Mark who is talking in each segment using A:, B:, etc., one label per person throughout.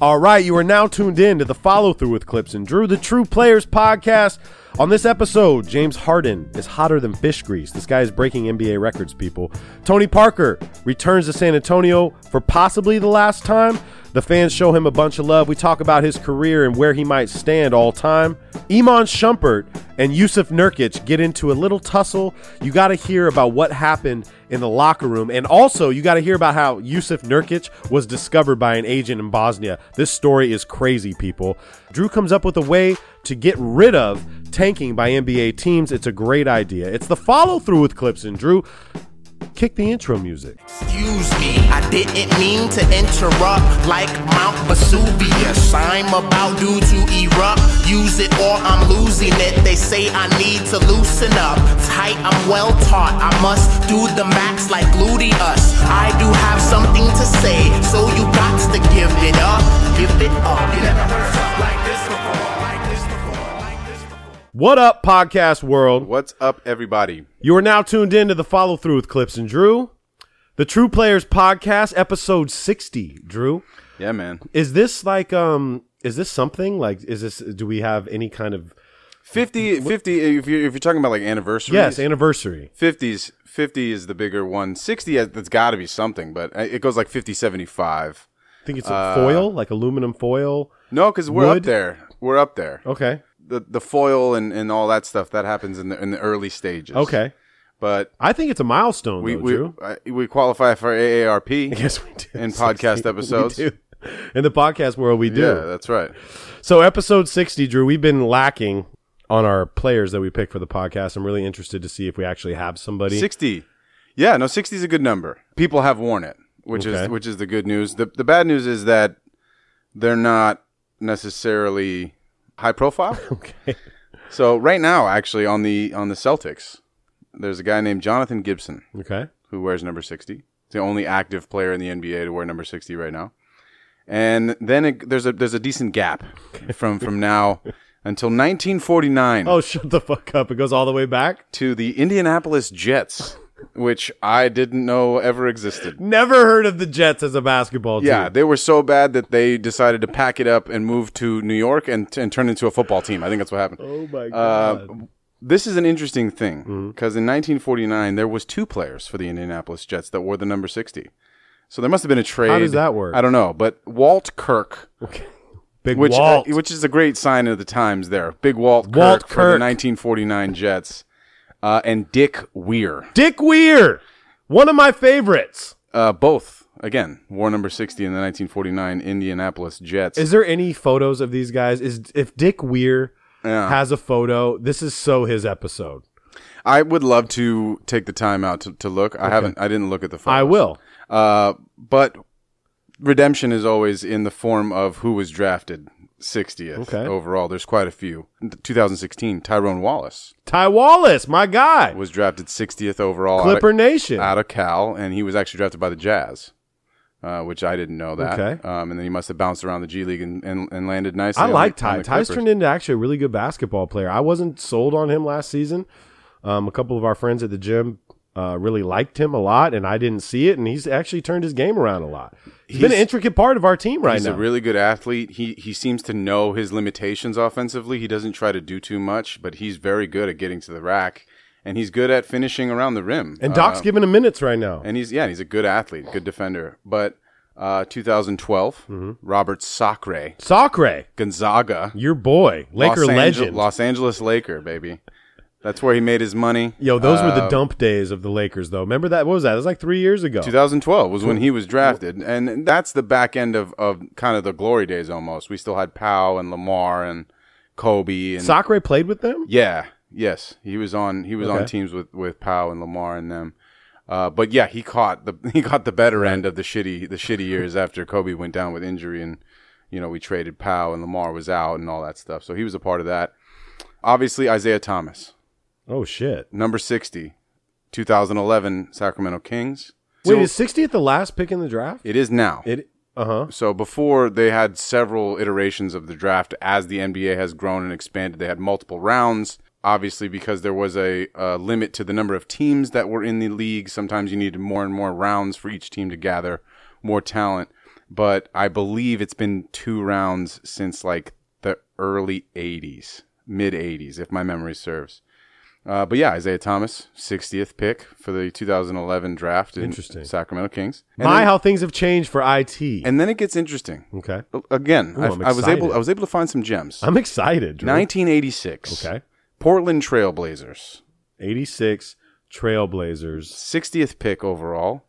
A: All right, you are now tuned in to the follow through with Clips and Drew, the True Players podcast. On this episode, James Harden is hotter than fish grease. This guy is breaking NBA records, people. Tony Parker returns to San Antonio for possibly the last time. The fans show him a bunch of love. We talk about his career and where he might stand all time. Iman Shumpert and Yusuf Nurkic get into a little tussle. You got to hear about what happened in the locker room. And also, you got to hear about how Yusuf Nurkic was discovered by an agent in Bosnia. This story is crazy, people. Drew comes up with a way to get rid of tanking by NBA teams. It's a great idea. It's the follow through with Clips and Drew. Kick the intro music.
B: Excuse me, I didn't mean to interrupt like Mount Vesuvius. I'm about due to erupt. Use it or I'm losing it. They say I need to loosen up. Tight, I'm well taught. I must do the max like gluteus. I do have something to say, so you got to give it up. Give it up. You never heard something like this before. Like this before. Like this before.
A: What up, podcast world?
C: What's up, everybody?
A: You are now tuned in to the follow through with Clips and Drew, the True Players podcast, episode 60. Drew,
C: Yeah, man.
A: is this like, um, is this something like, is this, do we have any kind of,
C: 50, 50 if you're, if you're talking about like anniversaries.
A: yes, anniversary?
C: 50s, 50 is the bigger one. 60, has- that's got to be something, but uh, it goes like 50, 75.
A: I think it's a
C: Uh,
A: foil, like aluminum foil.
C: No, because we're
A: Wood?
C: up there. We're up there.
A: Okay.
C: The, the foil and, and all that stuff, that happens in the, in the early stages.
A: Okay.
C: But
A: I think it's a milestone,
C: we,
A: though,
C: we,
A: Drew.
C: I, we qualify for AARP.
A: Yes, we do.
C: In podcast
A: 60.
C: episodes.
A: We do. In the podcast world, we do.
C: Yeah, that's right.
A: So episode 60, Drew, we've been lacking on our players that we pick for the podcast. I'm really interested to see if we actually have somebody.
C: 60 yeah no 60 is a good number people have worn it which
A: Okay.
C: is which is the good news the, the bad news is that they're not necessarily high profile
A: Okay.
C: so right now actually on the on the celtics there's a guy named jonathan gibson
A: Okay.
C: who wears number 60 He's the only active player in the nba to wear number 60 right now and then it, there's a there's a decent gap from from now until 1949
A: Oh, shut the fuck up. It goes all the way back.
C: to the indianapolis jets which i didn't know ever existed
A: Never heard of the Jets as a basketball team.
C: Yeah, they were so bad that they decided to pack it up and move to New York and, and turn into a football team. I think that's what happened.
A: Oh Mm-hmm. my
C: Uh,
A: god.
C: this is an interesting thing because in 1949 there was two players for the Indianapolis Jets that wore the number 60. So there must have been a trade.
A: does that work?
C: I don't know, but Walt Kirk,
A: okay. Big
C: which
A: Walt.
C: uh, which is a great sign of the times there. Big Walt,
A: Walt
C: Kirk, for the
A: Kirk.
C: 1949 Jets, uh, and Dick Weir,
A: Dick Weir. One of my favorites.
C: uh, both again wore number 60 in the 1949 Indianapolis Jets.
A: Is there any photos of these guys? Is if Dick Weir
C: Yeah.
A: has a photo, this is so his episode.
C: I would love to take the time out to, to look. I haven't. I didn't look at the photos.
A: I will.
C: Uh, but redemption is always in the form of who was drafted 60th
A: Okay.
C: overall. There's quite a few. In 2016, Tyrone Wallace
A: Ty Wallace, my guy.
C: was drafted 60th overall out of-
A: Clipper Nation.
C: out of Cal, and he was actually drafted by the Jazz. Uh, which I didn't know that.
A: Okay.
C: Um, and then he must have bounced around the G League and, and, and landed nicely.
A: I
C: on
A: like
C: the- on
A: Ty.
C: the
A: Ty's
C: Clippers.
A: turned into actually a really good basketball player. I wasn't sold on him last season. Um, a couple of our friends at the gym uh, really liked him a lot, and I didn't see it. And he's actually turned his game around a lot. he's been an
C: He's-
A: intricate part of our team right
C: He's
A: now.
C: a really good athlete. He he seems to know his limitations offensively. He doesn't try to do too much, but he's very good at getting to the rack, and he's good at finishing around the rim.
A: and Doc's
C: Uh,
A: giving him minutes right now.
C: and he's yeah, he's a good athlete, good defender. But uh, 2012,
A: Mm-hmm.
C: Robert Sacre,
A: Sacre,
C: Gonzaga,
A: your boy, Laker
C: Los Ange-
A: legend.
C: Los Angeles Laker, baby. That's where he made his money.
A: Yo, those were
C: uh,
A: the dump days of the Lakers, though. Remember that? What was that? It was like three years ago.
C: 2012 was when he was drafted, and that's the back end of, of kind of the glory days almost. We still had Powell and Lamar and Kobe and
A: Sacre played with them.
C: yeah, yes, he was on he was
A: Okay.
C: on teams with with Powell and Lamar and them. Uh, but yeah, he caught the he caught the better end of the shitty the shitty years after Kobe went down with injury and you know we traded Powell and Lamar was out and all that stuff. So he was a part of that. Obviously Isaiah Thomas,
A: Oh shit!
C: number 60, 2011 Sacramento Kings.
A: Wait, is sixty at the last pick in the draft?
C: It is now.
A: It. Uh huh.
C: So before they had several iterations of the draft as the NBA has grown and expanded. They had multiple rounds, obviously because there was a, a limit to the number of teams that were in the league. Sometimes you needed more and more rounds for each team to gather more talent. But I believe it's been two rounds since like the early 80s, mid 80s, if my memory serves. Uh, but yeah, Isaiah Thomas, 60th pick for the 2011 draft in
A: Interesting.
C: Sacramento Kings. And
A: My,
C: then-
A: how things have changed for IT.
C: and then it gets interesting
A: okay.
C: again,
A: Ooh,
C: I,
A: I'm
C: I was able
A: excited.
C: I was able to find some gems.
A: I'm excited. Drew.
C: 1986.
A: Okay.
C: Portland Trailblazers,
A: 86 Trailblazers.
C: 60th pick overall.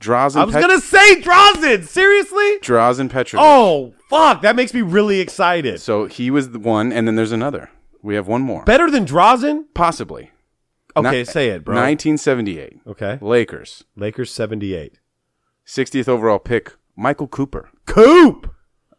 C: Drazen.
A: I was going to say Drazen. Seriously?
C: Drazen Petrovic.
A: Oh, fuck. That makes me really excited.
C: So he was the one, and then there's another. We have one more,
A: Better than Drazen?
C: possibly.
A: Okay,
C: Ni-
A: say it, bro.
C: 1978.
A: Okay.
C: Lakers,
A: Lakers 78.
C: 60th overall pick. Michael Cooper.
A: Coop.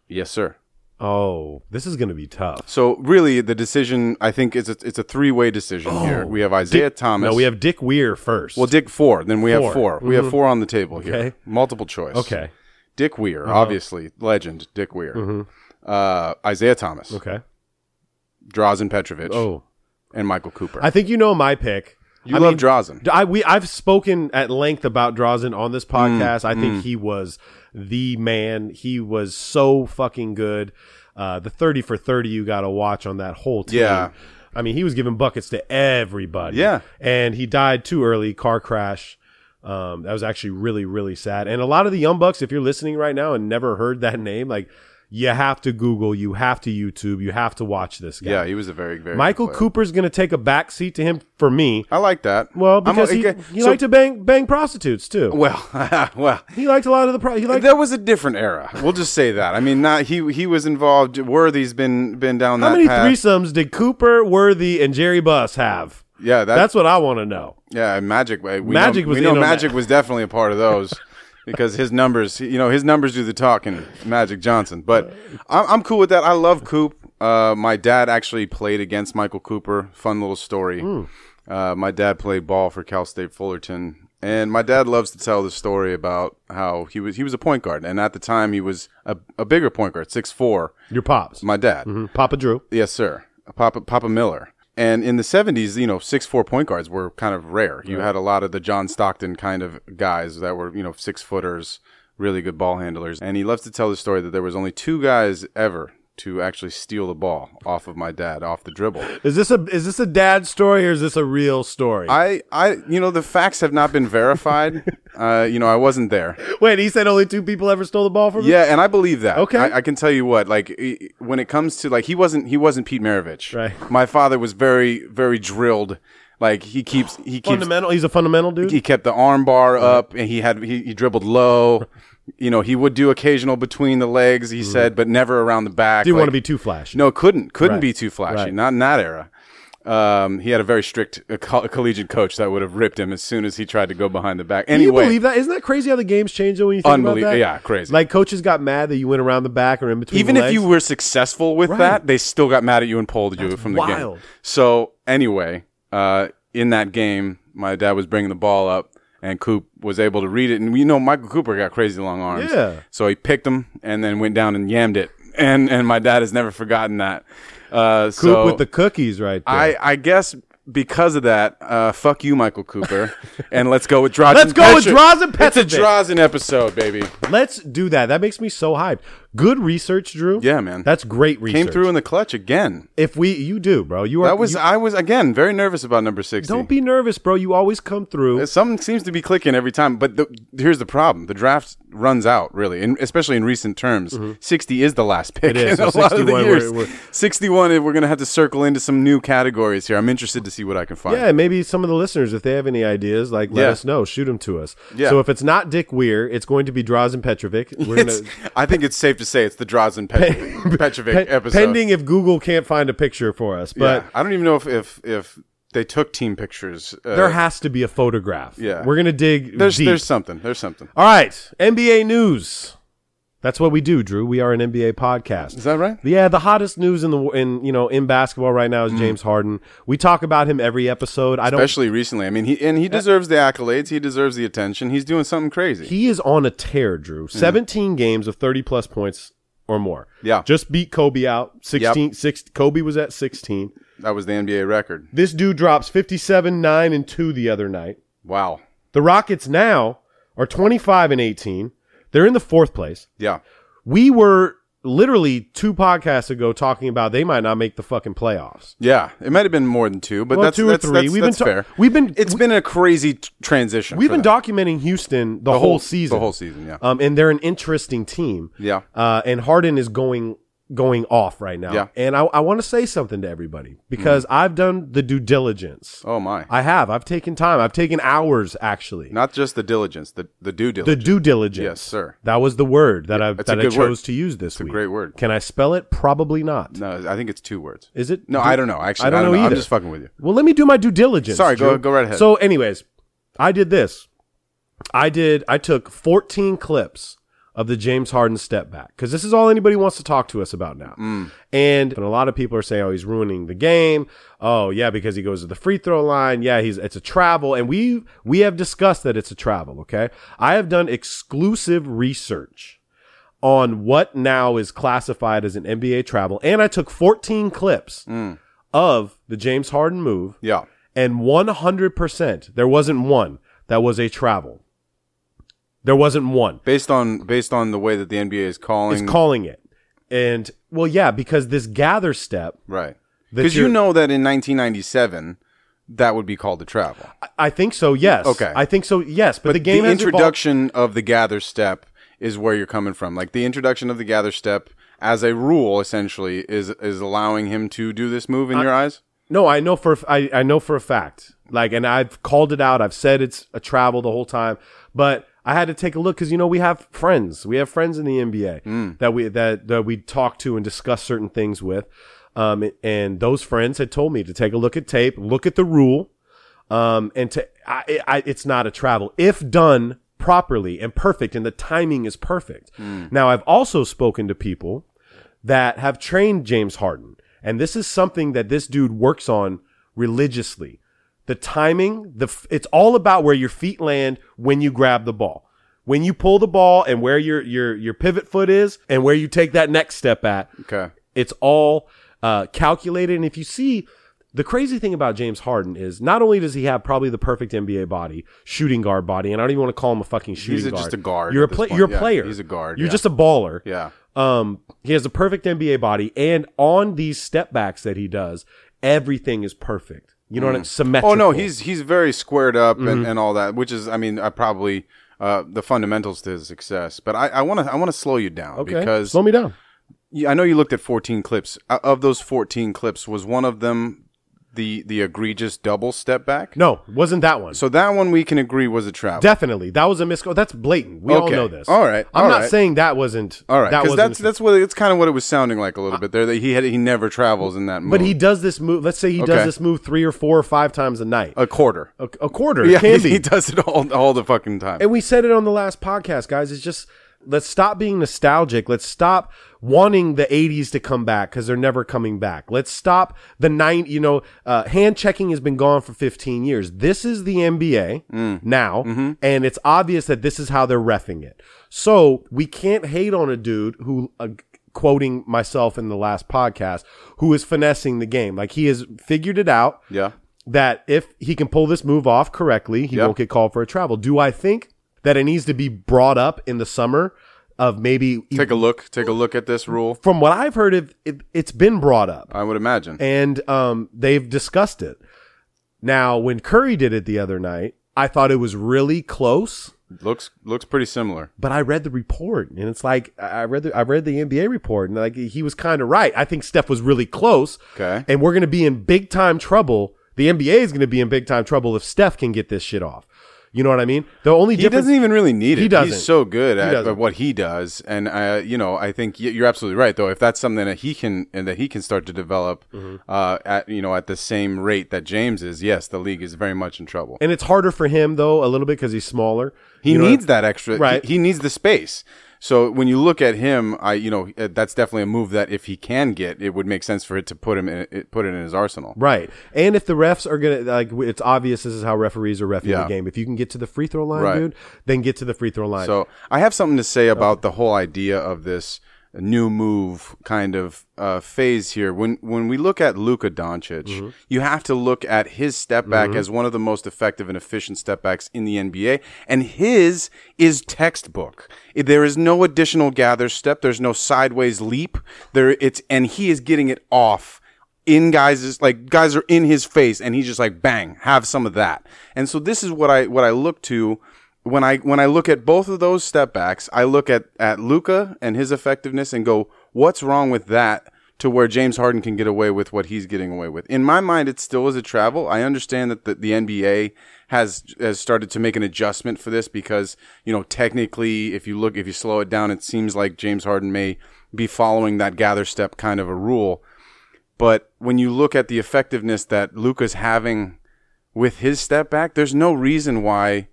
C: Yes, sir.
A: Oh, this is going to be tough.
C: So really, the decision I think is a, it's a three way decision here. We have Isaiah Thomas.
A: Oh. No, we have Dick Weir first.
C: well, Dick four. Then we
A: Four. Mm-hmm.
C: have 4 We have four on the table
A: Okay.
C: here. Multiple choice.
A: okay.
C: Dick Weir,
A: Uh-huh.
C: obviously, legend Dick Weir. Uh, Isaiah Thomas,
A: Mm-hmm. Okay.
C: Drazen Petrovic,
A: Oh,
C: and Michael Cooper.
A: I think you know my pick.
C: you
A: I
C: love
A: mean,
C: Drazen.
A: I we I've spoken at length about Drazen on this
C: Mm,
A: podcast. I think he was the man. He was so fucking good. Uh, the thirty for thirty you got to watch on that whole team.
C: Yeah.
A: I mean he was giving buckets to everybody.
C: Yeah.
A: and he died too early, car crash. Um, that was actually really really sad. And a lot of the young bucks, if you're listening right now and never heard that name, like you have to Google, you have to YouTube, you have to watch this guy.
C: yeah, he was a very, very
A: Michael
C: good player.
A: Cooper's going to take a back seat to him for me.
C: I like that.
A: Well,
C: I'm
A: because
C: okay-
A: he, he
C: so-
A: liked to bang bang prostitutes too.
C: Well, well,
A: He liked a lot of the pro- he liked
C: that was a different era. We'll just say that. I mean, not he. He was involved. Worthy's been been down
A: how
C: that
A: many
C: path.
A: threesomes did Cooper, Worthy, and Jerry Buss have?
C: Yeah, that,
A: That's what I want to know.
C: Yeah, and Magic. uh, We
A: Magic
C: know,
A: was
C: we
A: in
C: know
A: on that.
C: Magic was definitely a part of those because his numbers, you know, his numbers do the talking. Magic Johnson, but I'm, I'm cool with that. I love Coop. Uh, my dad actually played against Michael Cooper. Fun little story. Uh, my dad played ball for Cal State Fullerton, and my dad loves to tell the story about how he was he was a point guard, and at the time he was a, a bigger point guard, six four.
A: Your pops,
C: My dad.
A: Mhm. Papa Drew.
C: Yes, sir. Papa Papa Miller. And in the seventies, you know, six four point guards were kind of rare. You had a lot of the John Stockton kind of guys that were, you know, six footers, really good ball handlers. And he loves to tell the story that there was only two guys ever to actually steal the ball off of my dad off the dribble.
A: Is this a is this a dad story or is this a real story?
C: I, I you know, the facts have not been verified. uh, you know, I wasn't there.
A: Wait, he said only two people ever stole the ball from him.
C: Yeah, and I believe that.
A: Okay.
C: I, I can tell you what, like i- i- when it comes to like he wasn't he wasn't Pete Maravich.
A: Right.
C: My father was very very drilled. Like he keeps he keeps
A: fundamental. He's a fundamental dude.
C: he kept the arm bar up and he had he, he dribbled low. You know, he would do occasional between the legs, he said, but never around the back.
A: Didn't want
C: Like,
A: to be too flashy.
C: no, couldn't couldn't
A: Right.
C: be too flashy.
A: Right.
C: Not in that era. Um, he had a very strict uh, co- collegiate coach that would have ripped him as soon as he tried to go behind the back.
A: Can you
C: Anyway,
A: believe that? Isn't that crazy how the game's changed though when you think
C: Unbelie-
A: about that?
C: yeah, crazy.
A: Like coaches got mad that you went around the back or in between.
C: even
A: the
C: if
A: legs.
C: you were successful with
A: Right.
C: that, they still got mad at you and pulled you from the
A: wild.
C: game. So anyway, uh, in that game, my dad was bringing the ball up, and Coop was able to read it. And you know, Michael Cooper got crazy long arms.
A: Yeah.
C: So he picked him and then went down and yammed it. And and my dad has never forgotten that. Uh,
A: Coop
C: so
A: with the cookies right there.
C: I I guess because of that, uh, fuck you, Michael Cooper, and let's go with Drazen.
A: Let's go with Drazen
C: It's a
A: Petrovic.
C: Drazen episode, baby.
A: Let's do that. That makes me so hyped. Good research, Drew.
C: Yeah, man.
A: That's great research.
C: Came through in the clutch again.
A: If we, you do, bro. You are.
C: That was
A: you-
C: I was again very nervous about number sixty.
A: don't be nervous, bro. You always come through.
C: Something seems to be clicking every time, but the, here's the problem: the draft runs out, really, and especially in recent terms. Sixty is the last pick.
A: Mm-hmm. It is.
C: in a
A: So
C: lot of the
A: 61, we're-
C: years.
A: we're-
C: Sixty-one. We're going to have to circle into some new categories here. I'm interested to see what I can find.
A: Yeah, maybe some of the listeners, if they have any ideas, like let
C: Yeah.
A: us know, shoot them to us.
C: Yeah.
A: So if it's not Dick Weir, it's going to be Drazen Petrovic. We're
C: It's- I think it's safe to say it's the Drazen Petrovic, Petrovic
A: Pe-
C: episode.
A: pending if Google can't find a picture for us, but
C: yeah. I don't even know if if, if they took team pictures. Uh,
A: there has to be a photograph.
C: Yeah.
A: we're gonna dig
C: there's
A: deep.
C: there's something. There's something.
A: All right, NBA news. That's what we do, Drew. We are an NBA podcast.
C: Is that right?
A: Yeah, the hottest news in the in you know in basketball right now is James Harden. We talk about him every episode. I don't.
C: Mm. Especially recently. I mean, he and
A: Uh,
C: he deserves the accolades. He deserves the attention. He's doing something crazy.
A: He is on a tear,
C: Mm.
A: Drew. 17 games of 30 plus points or more.
C: Yeah.
A: Just beat Kobe out. 16 six, Kobe was at 16.
C: that was the NBA record.
A: This dude drops 57 9 and 2 the other night.
C: Wow.
A: The Rockets now are 25 and 18. They're in the fourth place.
C: Yeah.
A: We were literally two podcasts ago talking about they might not make the fucking playoffs.
C: Yeah. It might have been more than two, but
A: Well,
C: that's
A: two or
C: that's,
A: three.
C: That's,
A: We've been
C: that's
A: ta-
C: fair.
A: we've been-
C: It's been a crazy t- transition.
A: We've
C: for
A: been
C: them.
A: documenting Houston the,
C: the
A: whole, season.
C: The whole season. Yeah.
A: Um, and they're an interesting team.
C: Yeah.
A: Uh, and Harden is going going off right now.
C: Yeah. Mm-hmm.
A: And I, I want to say something to everybody because I've done the due diligence.
C: oh my.
A: I have. I've taken time. I've taken hours actually.
C: Not just the diligence, the the due
A: the
C: diligence.
A: due diligence.
C: Yes, sir.
A: That was the word that I
C: it's a
A: that I
C: good
A: chose
C: word.
A: to use this week.
C: great word.
A: Can I spell it? Probably not.
C: no, I think it's two words.
A: Is it?
C: No,
A: Du-
C: I don't know. Actually,
A: I don't, know
C: I'm
A: either.
C: just fucking with you.
A: Well, let me do my due diligence.
C: Sorry, go-
A: Drew.
C: go right ahead.
A: So, anyways, I did this. I did. I took 14 clips of the James Harden step back because this is all anybody wants to talk to us about now.
C: Mm.
A: And, and a lot of people are saying, "Oh, he's ruining the game." Oh, yeah, because he goes to the free throw line. Yeah, he's it's a travel, and we we have discussed that it's a travel. Okay, I have done exclusive research on what now is classified as an NBA travel, and I took 14 clips
C: Mm.
A: of the James Harden move,
C: Yeah.
A: and 100%, there wasn't one that was a travel. There wasn't one.
C: Based on based on the way that the NBA is calling,
A: It's calling it. And, well, yeah, because this gather step,
C: right?
A: That
C: Because you
A: you're-
C: know that in 1997, that would be called a travel.
A: I- I think so, yes.
C: Okay.
A: I think so, yes. But, the game
C: the
A: has evolved.
C: introduction of the gather step is where you're coming from. Like the introduction of the gather step as a rule, essentially, is is allowing him to do this move in your eyes.
A: No, I know for a f- I, I know for a fact. Like, and I've called it out. I've said it's a travel the whole time, but I had to take a look because you know we have friends. We have friends in the NBA
C: Hmm.
A: that we that that we talk to and discuss certain things with. Um, and those friends had told me to take a look at tape, look at the rule, um, and to I, I, it's not a travel if done properly and perfect, and the timing is perfect. Now, I've also spoken to people that have trained James Harden. And this is something that this dude works on religiously. The timing, the f- it's all about where your feet land when you grab the ball. When you pull the ball and where your your your pivot foot is and where you take that next step at.
C: Okay.
A: It's all uh, calculated. And if you see, the crazy thing about James Harden is not only does he have probably the perfect NBA body, shooting guard body, and I don't even want to call him a fucking shooting
C: a-
A: guard.
C: just a guard
A: You're a
C: at this
A: pla-
C: point.
A: You're a
C: Yeah,
A: player.
C: he's a guard,
A: You're
C: yeah.
A: just a baller.
C: Yeah.
A: Um, he has a perfect NBA body, and on these step backs that he does, everything is perfect. You know what I'm symmetrical.
C: Oh no, he's he's very squared up
A: Mm-hmm.
C: and, and all that, which is I mean I probably uh, the fundamentals to his success. But I want to I want to slow you down
A: okay.
C: because
A: slow me down.
C: Yeah, I know you looked at 14 clips. O- Of those 14 clips, was one of them the the egregious double step back?
A: No, wasn't that one?
C: So that one we can agree was a travel.
A: Definitely, that was a miscall. That's blatant. We all
C: Okay.
A: know this.
C: All right.
A: I'm
C: All
A: not
C: right.
A: saying that wasn't.
C: All right,
A: that
C: because
A: wasn't
C: that's
A: a-
C: that's what it's kind of what it was sounding like a little bit there. That he had he never travels in that.
A: Uh, But
C: mode.
A: he does this move. Let's say he
C: Okay.
A: does this move three or four or five times a night, a,
C: a quarter.
A: a quarter.
C: Yeah,
A: it can
C: he,
A: be.
C: does it all all the fucking time.
A: And we said it on the last podcast, guys. It's just let's stop being nostalgic. Let's stop wanting the 80s to come back because they're never coming back. Let's stop the nine. You know, uh, hand checking has been gone for 15 years. This is the NBA now, and it's obvious that this is how they're refing it. So we can't hate on a dude who. Uh, quoting myself in the last podcast who is finessing the game like he has figured it out
C: yeah,
A: that if he can pull this move off correctly, he
C: Yeah.
A: won't get called for a travel. Do I think that it needs to be brought up in the summer of maybe e-,
C: Take a look. Take a look at this rule.
A: from what I've heard it, it it's been brought up
C: I would imagine.
A: and um, they've discussed it. Now, when Curry did it the other night, I thought it was really close,
C: Looks looks pretty similar.
A: but I read the report, and it's like I I read the I read the NBA report, and like he was kind of right. I think Steph was really close,
C: Okay.
A: and we're going to be in big time trouble. The NBA is going to be in big time trouble if Steph can get this shit off. You know what I mean? The only
C: He
A: difference
C: doesn't even really need it.
A: He doesn't.
C: He's so good at,
A: doesn't.
C: at what he does, and uh, you know, I think y- you're absolutely right. Though, if that's something that he can and that he can start to develop
A: Mm-hmm.
C: uh, at you know at the same rate that James is, yes, the league is very much in trouble.
A: and it's harder for him though a little bit because he's smaller.
C: He
A: You know what
C: needs that extra. he-
A: Right.
C: He, needs the space. So when you look at him, I you know uh, that's definitely a move that if he can get, it would make sense for it to put him in, it, put it in his arsenal.
A: Right. And if the refs are going to, like, it's obvious this is how referees are refing
C: Yeah.
A: the game. If you can get to the free throw line,
C: Right.
A: dude, then get to the free throw line.
C: So I have something to say about the whole idea of this new move kind of uh, phase here. When when we look at Luka Doncic, you have to look at his step back as one of the most effective and efficient step backs in the NBA, and his is textbook. There is no additional gather step. There's no sideways leap. There it's and he is getting it off in guys like guys are in his face and he's just like bang have some of that and so this is what i what i look to when i when i look at both of those step backs i look at at luca and his effectiveness and go what's wrong with that to where james harden can get away with what he's getting away with in my mind it still is a travel i understand that the, the nba has has started to make an adjustment for this because you know technically if you look if you slow it down it seems like james harden may be following that gather step kind of a rule but when you look at the effectiveness that Luca's having with his step back, there's no reason why,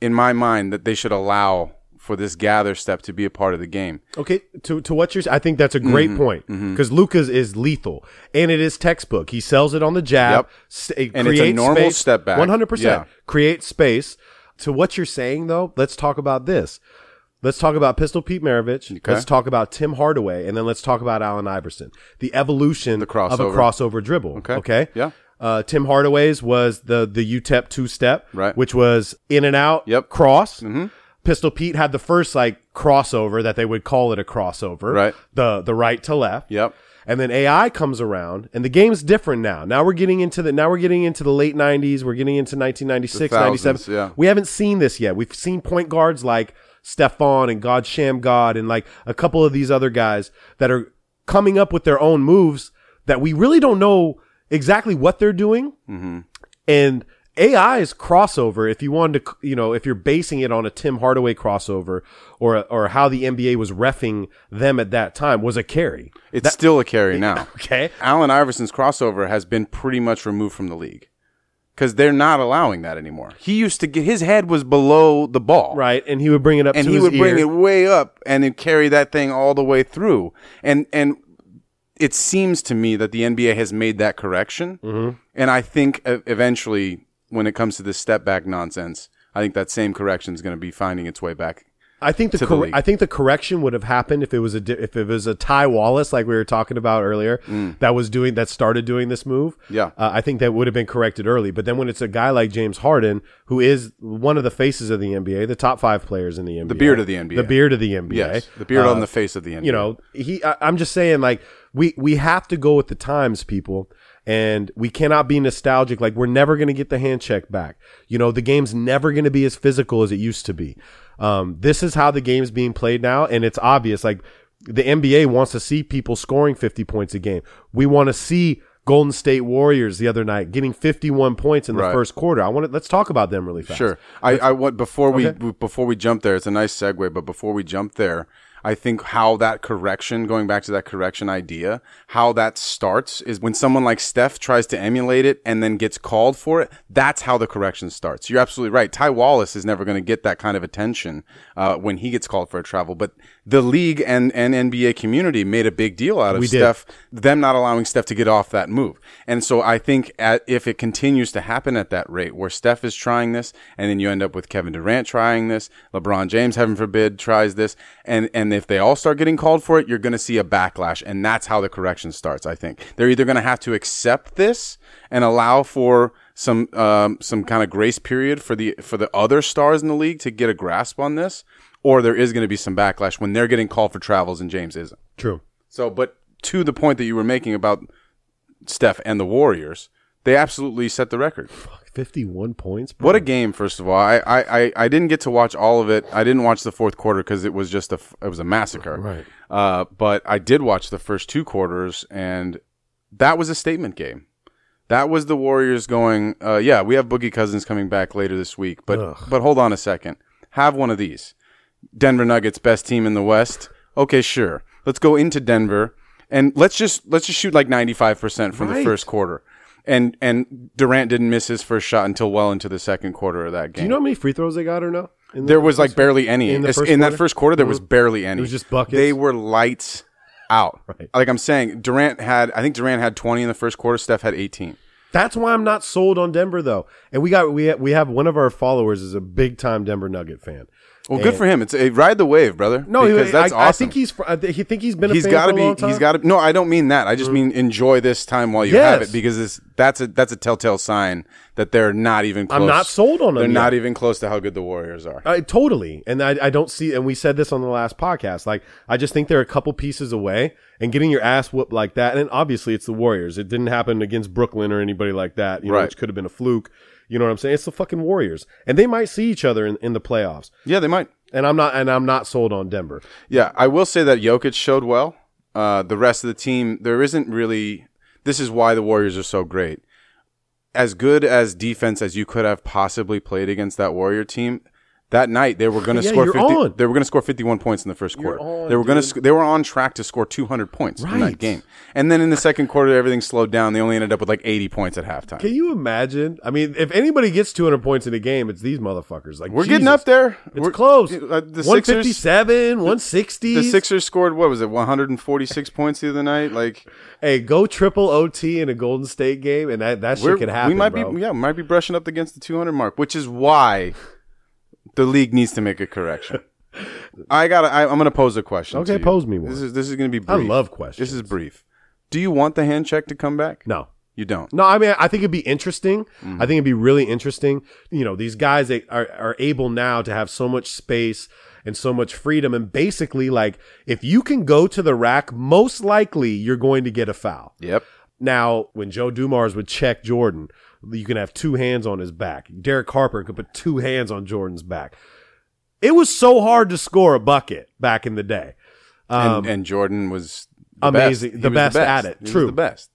C: in my mind, that they should allow for this gather step to be a part of the game.
A: okay. To, to what you're, s- I think that's a great
C: Mm-hmm.
A: point because Lucas is lethal and it is textbook. He sells it on the jab.
C: Yep.
A: s- it
C: And it's a
A: creates
C: normal
A: space,
C: step back.
A: 100%.
C: Yeah.
A: Create space. To what you're saying though, let's talk about this. Let's talk about Pistol Pete Maravich. Let's talk about Tim Hardaway, and then let's talk about Allen Iverson. The evolution of a
C: crossover.
A: crossover dribble.
C: Okay.
A: Okay.
C: Yeah.
A: Uh, Tim Hardaway's was the the UTEP two step,
C: Right.
A: Which was in and out,
C: Yep. Mm-hmm.
A: cross. Pistol Pete had the first like crossover that they would call it a crossover,
C: Right.
A: The the right to left,
C: Yep.
A: And then AI comes around, and the game's different now. Now we're getting into the now we're getting into the late '90s. We're getting into 1996,
C: The thousands,
A: 97.
C: yeah.
A: We haven't seen this yet. We've seen point guards like Stefan and God Sham God and like a couple of these other guys that are coming up with their own moves that we really don't know exactly what they're doing.
C: Mm-hmm.
A: And AI's crossover, if you wanted to, you know, if you're basing it on a Tim Hardaway crossover or or how the NBA was refing them at that time, was a carry.
C: It's still a carry now.
A: Okay.
C: Allen Iverson's crossover has been pretty much removed from the league because they're not allowing that anymore. He used to get his head was below the ball.
A: Right. And he would bring it up
C: and
A: to
C: he
A: his
C: would bring
A: ear.
C: it way up and then carry that thing all the way through and and it seems to me that the NBA has made that correction
A: Mm-hmm.
C: and I think e- eventually when it comes to this step back nonsense I think that same correction is going to be finding its way back
A: I think the,
C: to the
A: cor-
C: league.
A: I think the correction would have happened if it was a di- if it was a Ty Wallace like we were talking about earlier that was doing that started doing this move.
C: Mm. Yeah.
A: uh, I think that would have been corrected early. But then when it's a guy like James Harden who is one of the faces of the NBA, the top five players in the NBA, the
C: beard of the NBA.
A: the beard of the NBA,
C: yes the beard
A: Uh,
C: on the face of the NBA
A: you know he I, i'm just saying like we we have to go with the times people and we cannot be nostalgic like we're never going to get the hand check back you know the game's never going to be as physical as it used to be um, this is how the game's being played now and it's obvious like the nba wants to see people scoring 50 points a game we want to see golden state warriors the other night getting 51 points in the
C: Right.
A: first quarter i want to let's talk about them really fast
C: Sure. I, I want before we we before we jump there. It's a nice segue, but before we jump there, I think how that correction, going back to that correction idea, how that starts is when someone like Steph tries to emulate it and then gets called for it. That's how the correction starts. You're absolutely right. Ty Wallace is never going to get that kind of attention uh, when he gets called for a travel, but the league and, and NBA community made a big deal out of
A: We did.
C: Steph, them not allowing Steph to get off that move. And so I think at, if it continues to happen at that rate, where Steph is trying this, and then you end up with Kevin Durant trying this, LeBron James, heaven forbid, tries this, and and if they all start getting called for it, you're going to see a backlash, and that's how the correction starts. I think they're either going to have to accept this and allow for some um, some kind of grace period for the for the other stars in the league to get a grasp on this, or there is going to be some backlash when they're getting called for travels and James isn't.
A: True.
C: So, but to the point that you were making about Steph and the Warriors, they absolutely set the record.
A: Fuck, 51 points. bro.
C: What a game! First of all, I I, I, I didn't get to watch all of it. I didn't watch the fourth quarter because it was just a f- it was a massacre.
A: Right.
C: Uh, but I did watch the first two quarters, and that was a statement game. That was the Warriors going. Uh, yeah, we have Boogie Cousins coming back later this week, but but hold on a second. Have one of these. Denver Nuggets, best team in the West. Okay, sure. Let's go into Denver and let's just let's just shoot like ninety five percent from the
A: Right.
C: first quarter. And and Durant didn't miss his first shot until well into the second quarter of that
A: Do
C: game.
A: you know how many free throws they got or no? In the-
C: there was like barely any
A: in
C: in,
A: the first
C: in that
A: quarter?
C: first quarter. There was barely any. It
A: was just buckets?
C: They were lights out.
A: Right.
C: Like I'm saying, Durant had I think Durant had twenty in the first quarter. Steph had eighteen.
A: That's why I'm not sold on Denver though. And we got we ha- we have one of our followers is a big time Denver Nugget fan.
C: Well, good for him. It's a ride the wave, brother.
A: No, he-
C: because that's
A: I, I
C: awesome.
A: think he's fr- I thi- he think he's been a
C: he's
A: fan
C: got to
A: for a long
C: be. He's
A: time.
C: got to. No, I don't mean that. I just mean enjoy this time while you have
A: Yes.
C: it because it's, that's a that's a telltale sign that they're not even. close.
A: I'm not sold on them
C: They're not
A: yet. Uh,
C: even close to how good the Warriors are.
A: I, totally. And I, I don't see, and we said this on the last podcast. Like, I just think they're a couple pieces away and getting your ass whooped like that. And obviously, it's the Warriors. It didn't happen against Brooklyn or anybody like that, you know,
C: Right.
A: which could have been a fluke. You know what I'm saying? It's the fucking Warriors. And they might see each other in, in the playoffs.
C: yeah, they might.
A: And I'm not, and I'm not sold on Denver.
C: Yeah, I will say that Jokic showed well. Uh, the rest of the team, there isn't really. This is why the Warriors are so great. As good as defense as you could have possibly played against that Warrior team, that night they were going to
A: Yeah,
C: score.
A: you're
C: 50,
A: on.
C: They were going to score 51 points in the first quarter.
A: on,
C: they were going to. Sc- they were on track to score 200 points in
A: Right.
C: that game. And then in the second quarter, everything slowed down. They only ended up with like 80 points at halftime.
A: Can you imagine? I mean, if anybody gets 200 points in a game, it's these motherfuckers. Like,
C: we're getting
A: Jesus.
C: up there.
A: It's
C: We're-
A: close.
C: Uh, the Sixers.
A: 157, 160.
C: The Sixers scored what was it, 146 points the other night? Like
A: Hey, go triple OT in a Golden State game, and that, that shit
C: We're-
A: could happen.
C: We might
A: bro.
C: be yeah, might be brushing up against the 200 mark, which is why the league needs to make a correction. I got. to I'm going to pose a question.
A: Okay,
C: to you.
A: pose me one.
C: This is this is going to be.
A: I
C: Brief.
A: love
C: This
A: questions.
C: is brief. Do you want the hand check to come back?
A: No.
C: you don't.
A: No, I mean, I think it'd be interesting.
C: Mm.
A: I think it'd be really interesting. You know, these guys they are, are able now to have so much space and so much freedom. And basically, like, if you can go to the rack, most likely you're going to get a foul.
C: Yep.
A: Now, when Joe Dumars would check Jordan, you can have two hands on his back. Derek Harper could put two hands on Jordan's back. It was so hard to score a bucket back in the day.
C: and, and Jordan was the
A: Um, amazing.
C: best. He
A: The
C: was
A: best at it.
C: He was
A: True.
C: the best.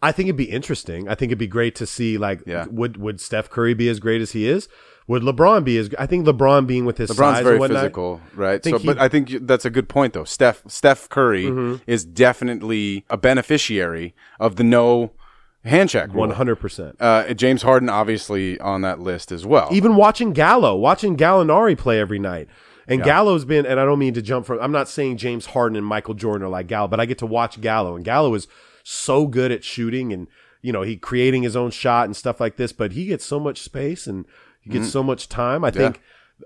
A: I think it'd be interesting. I think it'd be great to see like
C: Yeah.
A: would would Steph Curry be as great as he is? Would LeBron be as I think LeBron being with his
C: LeBron's
A: size and
C: very
A: whatnot-
C: physical, right?
A: think
C: So,
A: he- Mm-hmm.
C: but I think you- that's a good point, though. Steph Steph Curry is definitely a beneficiary of the no hand check rule.
A: 100%.
C: Uh, James Harden obviously on that list as well.
A: Even watching Gallo, watching Gallinari play every night. And Gallo's been and I don't mean to jump from I'm not saying James Harden and Michael Jordan are like Gallo, but I get to watch Gallo and Gallo is so good at shooting and you know, he creating his own shot and stuff like this, but he gets so much space and he gets so much time. I think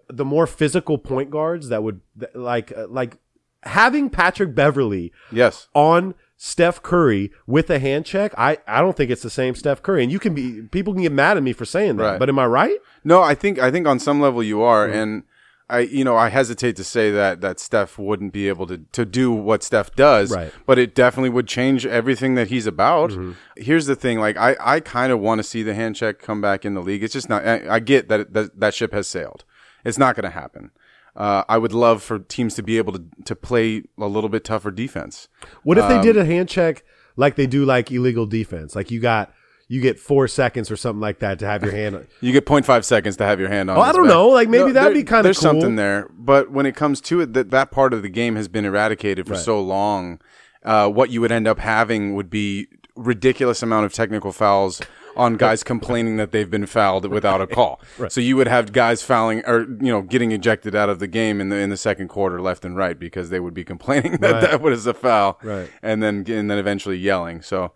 A: the more physical point guards that would that- like uh, like having Patrick Beverly
C: yes,
A: on Steph Curry with a hand check, I, I don't think it's the same Steph Curry. And you can be people can get mad at me for saying that,
C: Right.
A: but am I right?
C: no, I think I think on some level you are, and I you know I hesitate to say that that Steph wouldn't be able to to do what Steph does,
A: Right. Mm-hmm.
C: but it definitely would change everything that he's about. Here's the thing, like I I kind of want to see the hand check come back in the league. It's just not. I, I get that, that that ship has sailed. It's not going to happen. Uh, I would love for teams to be able to to play a little bit tougher defense.
A: What if they did
C: Um,
A: a hand check like they do like illegal defense? Like you got you get four seconds or something like that to have your hand. on-
C: You get 0.5 seconds to have your hand on.
A: Oh, I
C: his
A: don't
C: back.
A: know. Like, maybe that'd be kinda
C: There's
A: cool.
C: something there, but when it comes to it, that that part of the game has been eradicated for so long. Uh, what you would end up having would be ridiculous amount of technical fouls on guys complaining that they've been fouled without a call. So you would have guys fouling or you know getting ejected out of the game in the in the second quarter left and right because they would be complaining that that was a foul,
A: Right.
C: And then and then eventually yelling. So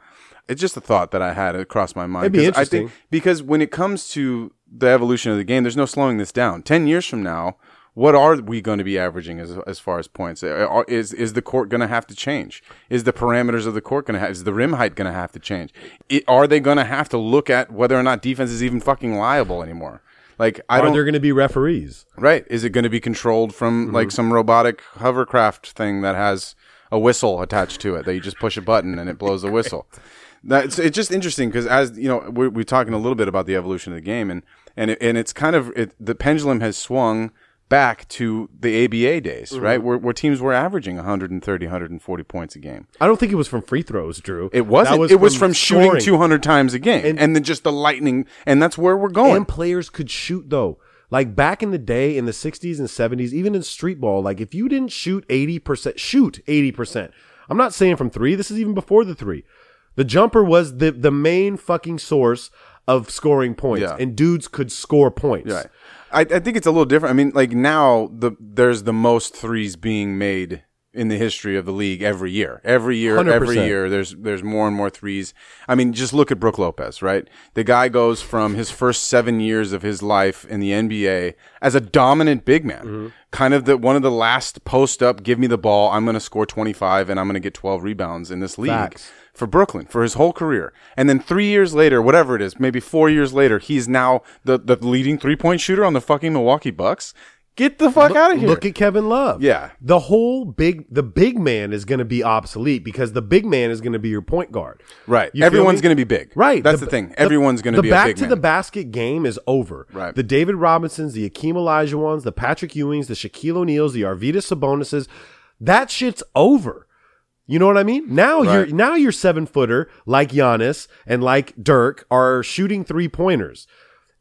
C: it's just a thought that I had. It crossed my mind.
A: It'd be
C: 'Cause I
A: interesting.
C: think because when it comes to the evolution of the game, there's no slowing this down. Ten years from now, what are we going to be averaging as as far as points? Uh, are- Is is the court going to have to change? Is the parameters of the court going to have? Is the rim height going to have to change? I are they going to have to look at whether or not defense is even fucking liable anymore? Like I
A: Are
C: don't
A: there going to be referees?
C: right. Is it going to be controlled from like some robotic hovercraft thing that has a whistle attached to it that you just push a button and it blows a whistle? That's it's just interesting because as you know we're, we're talking a little bit about the evolution of the game and and it, and it's kind of it, the pendulum has swung back to the ABA days, right? Where, where teams were averaging 130, 140 points a game.
A: I don't think it was from free throws, Drew.
C: It wasn't.
A: That
C: it was from, shooting
A: scoring.
C: 200 times a game, and, then just the lightning, and that's where we're going.
A: And players could shoot though. Like back in the day in the 60s and 70s, even in street ball, like if you didn't shoot 80%, shoot 80%. I'm not saying from three. This is even before the three. The jumper was the, the main fucking source of scoring points,
C: Yeah.
A: and dudes could score points.
C: Right. I, I think it's a little different. I mean, like now the there's the most threes being made in the history of the league every year. Every year,
A: 100%.
C: every year, there's there's more and more threes. I mean, just look at Brooke Lopez, right? The guy goes from his first seven years of his life in the NBA as a dominant big man, kind of the one of the last post up, give me the ball, I'm going to score 25 and I'm going to get 12 rebounds in this league
A: Facts.
C: for Brooklyn for his whole career. And then three years later, whatever it is, maybe four years later, he's now the, the leading three point shooter on the fucking Milwaukee Bucks. Get the fuck out of here.
A: Look at Kevin Love.
C: Yeah.
A: The whole big the big man is going to be obsolete because the big man is going to be your point guard.
C: Right.
A: You feel
C: Everyone's
A: me?
C: gonna be big.
A: Right.
C: That's the thing. Everyone's gonna
A: the
C: be a
A: back
C: big
A: to
C: man.
A: the basket game is over.
C: Right.
A: The David Robinsons, the Akeem Olajuwons, the Patrick Ewings, the Shaquille O'Neals, the Arvidas Sabonises, that shit's over. You know what I mean? Now
C: Right.
A: you're now your seven footer like Giannis and like Dirk are shooting three pointers.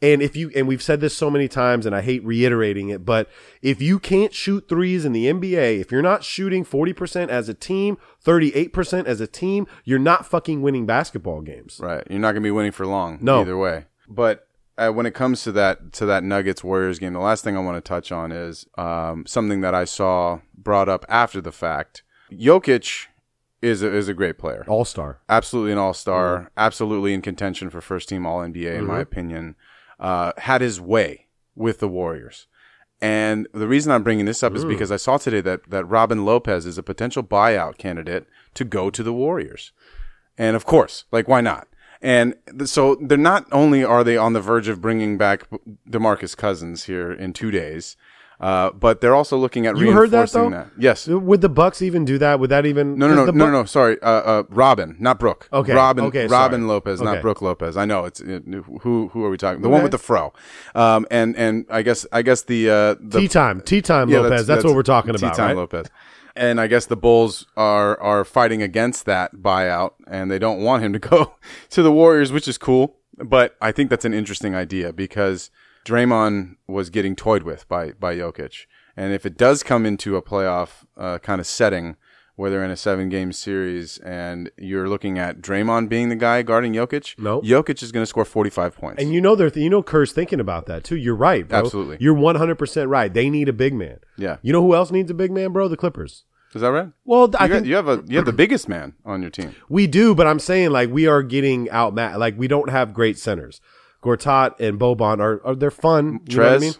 A: And if you and we've said this so many times, and I hate reiterating it, but if you can't shoot threes in the NBA, if you're not shooting 40% as a team, 38% as a team, you're not fucking winning basketball games.
C: Right. You're not going to be winning for long.
A: No.
C: Either way. But uh, when it comes to that to that Nuggets Warriors game, the last thing I want to touch on is um, something that I saw brought up after the fact. Jokic is a, is a great player.
A: All star.
C: absolutely an all star,
A: Mm-hmm.
C: absolutely in contention for first team All NBA, in my opinion, uh, had his way with the Warriors. And the reason I'm bringing this up
A: Mm.
C: is because I saw today that, that Robin Lopez is a potential buyout candidate to go to the Warriors. And of course, like, why not? And th- so they're not only are they on the verge of bringing back Demarcus Cousins here in two days, uh, but they're also looking at
A: You heard that
C: reinforcing
A: though?
C: Yes.
A: Would the Bucks even do that? Would that even?
C: No, no, no,
A: the
C: no,
A: Bu-
C: no. Sorry, uh, uh, Robin, not Brooke.
A: Okay,
C: Robin,
A: okay,
C: Robin
A: sorry.
C: Lopez,
A: Okay.
C: not Brooke Lopez. I know it's it, who. Who are we talking? The one with the fro, um, and and I guess I guess the uh, the
A: Tea time, tea time,
C: yeah,
A: Lopez. That's, what we're talking about,
C: Teton
A: right?
C: Lopez. And I guess the Bulls are are fighting against that buyout, and they don't want him to go to the Warriors, which is cool. But I think that's an interesting idea because Draymond was getting toyed with by by Jokic, and if it does come into a playoff uh, kind of setting where they're in a seven game series and you're looking at Draymond being the guy guarding Jokic,
A: Nope.
C: Jokic is going to score 45 points.
A: And you know they're you know Kerr's thinking about that too. You're right, bro.
C: Absolutely.
A: You're 100 percent right. They need a big man.
C: Yeah.
A: You know who else needs a big man, bro? The Clippers.
C: is that right?
A: Well, I
C: You, got-
A: think
C: you have a you have the biggest man on your team.
A: we do, but I'm saying like we are getting outmatched. Like we don't have great centers. Gortat and Boban are, are they're fun. You know what I
C: Trez.
A: mean?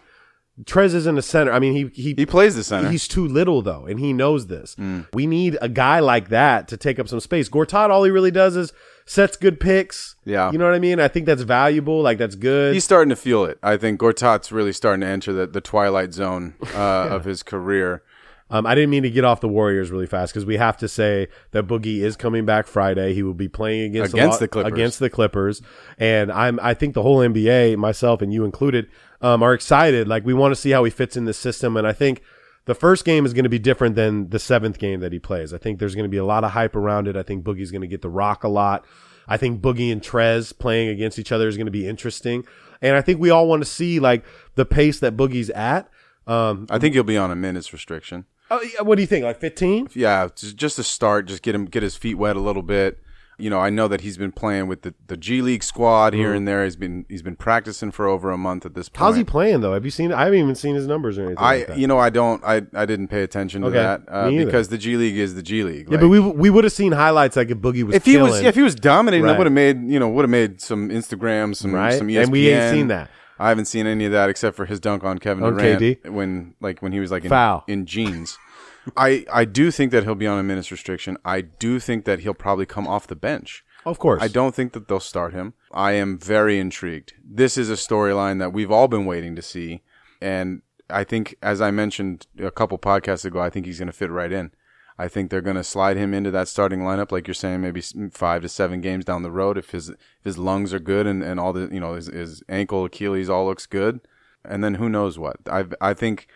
A: Trez isn't a center. I mean, he he
C: He plays the center. Mm.
A: He's too little though, and he knows this. We need a guy like that to take up some space. Gortat, all he really does is sets good picks.
C: Yeah.
A: you know what I mean. I think that's valuable. Like that's good.
C: He's starting to feel it. I think Gortat's really starting to enter the, the twilight zone uh, of his career.
A: um, I didn't mean to get off the Warriors really fast because we have to say that Boogie is coming back Friday. He will be playing against
C: Against
A: Lo-
C: the Clippers.
A: Against the Clippers, and I'm I think the whole NBA, myself and you included, um, are excited. Like we want to see how he fits in this system, and I think. The first game is going to be different than the seventh game that he plays. I think there's going to be a lot of hype around it. I think Boogie's going to get the rock a lot. I think Boogie and Trez playing against each other is going to be interesting. And I think we all want to see like the pace that Boogie's at. Um,
C: I think he'll be on a minutes restriction.
A: oh, yeah, what do you think? Like 15?
C: Yeah, just, just to start, just get him get his feet wet a little bit. You know, I know that he's been playing with the, the G League squad here and there. He's been he's been practicing for over a month at this point.
A: Mm. How's he playing though? Have you seen? I haven't even seen his numbers or anything. like
C: I
A: that.
C: you know I don't I, I didn't pay attention to
A: Okay.
C: that uh,
A: Me either.
C: because the G League is the G League.
A: yeah,
C: Like,
A: but we we would have seen highlights like if Boogie was
C: if he was
A: killing.
C: if he was dominating,
A: Right.
C: that would have made you know would have made some Instagram some
A: Right.
C: some E ESPN.
A: And we ain't seen that.
C: I haven't seen any of that except for his dunk on Kevin
A: On
C: Durant
A: KD?
C: when like when he was like in,
A: Foul.
C: in jeans. I I do think that he'll be on a minutes restriction. I do think that he'll probably come off the bench.
A: of course,
C: I don't think that they'll start him. I am very intrigued. This is a storyline that we've all been waiting to see. And I think, as I mentioned a couple podcasts ago, I think he's going to fit right in. I think they're going to slide him into that starting lineup, like you're saying, maybe s- five to seven games down the road if his if his lungs are good and, and all the you know his, his ankle, Achilles, all looks good, and then who knows what I I think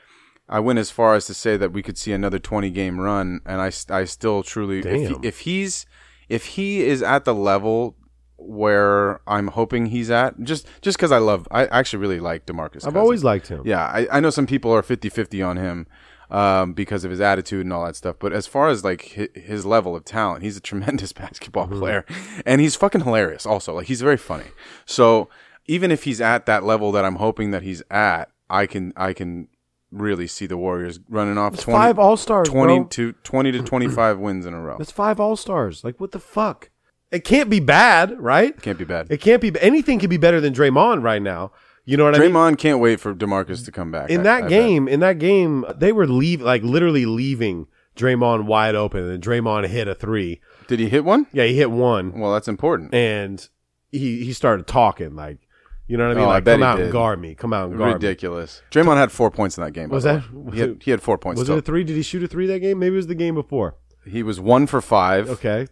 C: I went as far as to say that we could see another 20 game run, and I, I still truly if,
A: Damn.
C: he, if he's if he is at the level where I'm hoping he's at, just just because I love I actually really like Demarcus.
A: I've
C: Cousins.
A: always liked him.
C: yeah. I, I know some people are 50 50 on him um, because of his attitude and all that stuff, but as far as like his, his level of talent, he's a tremendous basketball
A: Mm-hmm.
C: player, and he's fucking hilarious. Also, like he's very funny. So even if he's at that level that I'm hoping that he's at, I can I can really see the Warriors running off 20,
A: five All Stars,
C: 20 to 20 to 25 wins in a row.
A: That's five All Stars. Like what the fuck? It can't be bad, right?
C: Can't be bad.
A: It can't be anything can be better than Draymond right now. You know what I mean?
C: Draymond can't wait for Demarcus to come back.
A: in
C: I-
A: that
C: I bet.
A: game, in that game, they were leave like literally leaving Draymond wide open, and Draymond hit a three.
C: did he hit one?
A: Yeah, he hit one,
C: Well, that's important.
A: and he he started talking like, you know what I mean?
C: Oh, I
A: like,
C: bet
A: come
C: he
A: out and
C: did.
A: guard me. Come out and guard me.
C: Ridiculous. Draymond had four points in that game. by
A: Was
C: the
A: that-
C: way.
A: was
C: he, had,
A: it-
C: he had four points.
A: Was it
C: total.
A: a three? Did he shoot a three that game? Maybe it was the game before.
C: he was one for five.
A: Okay,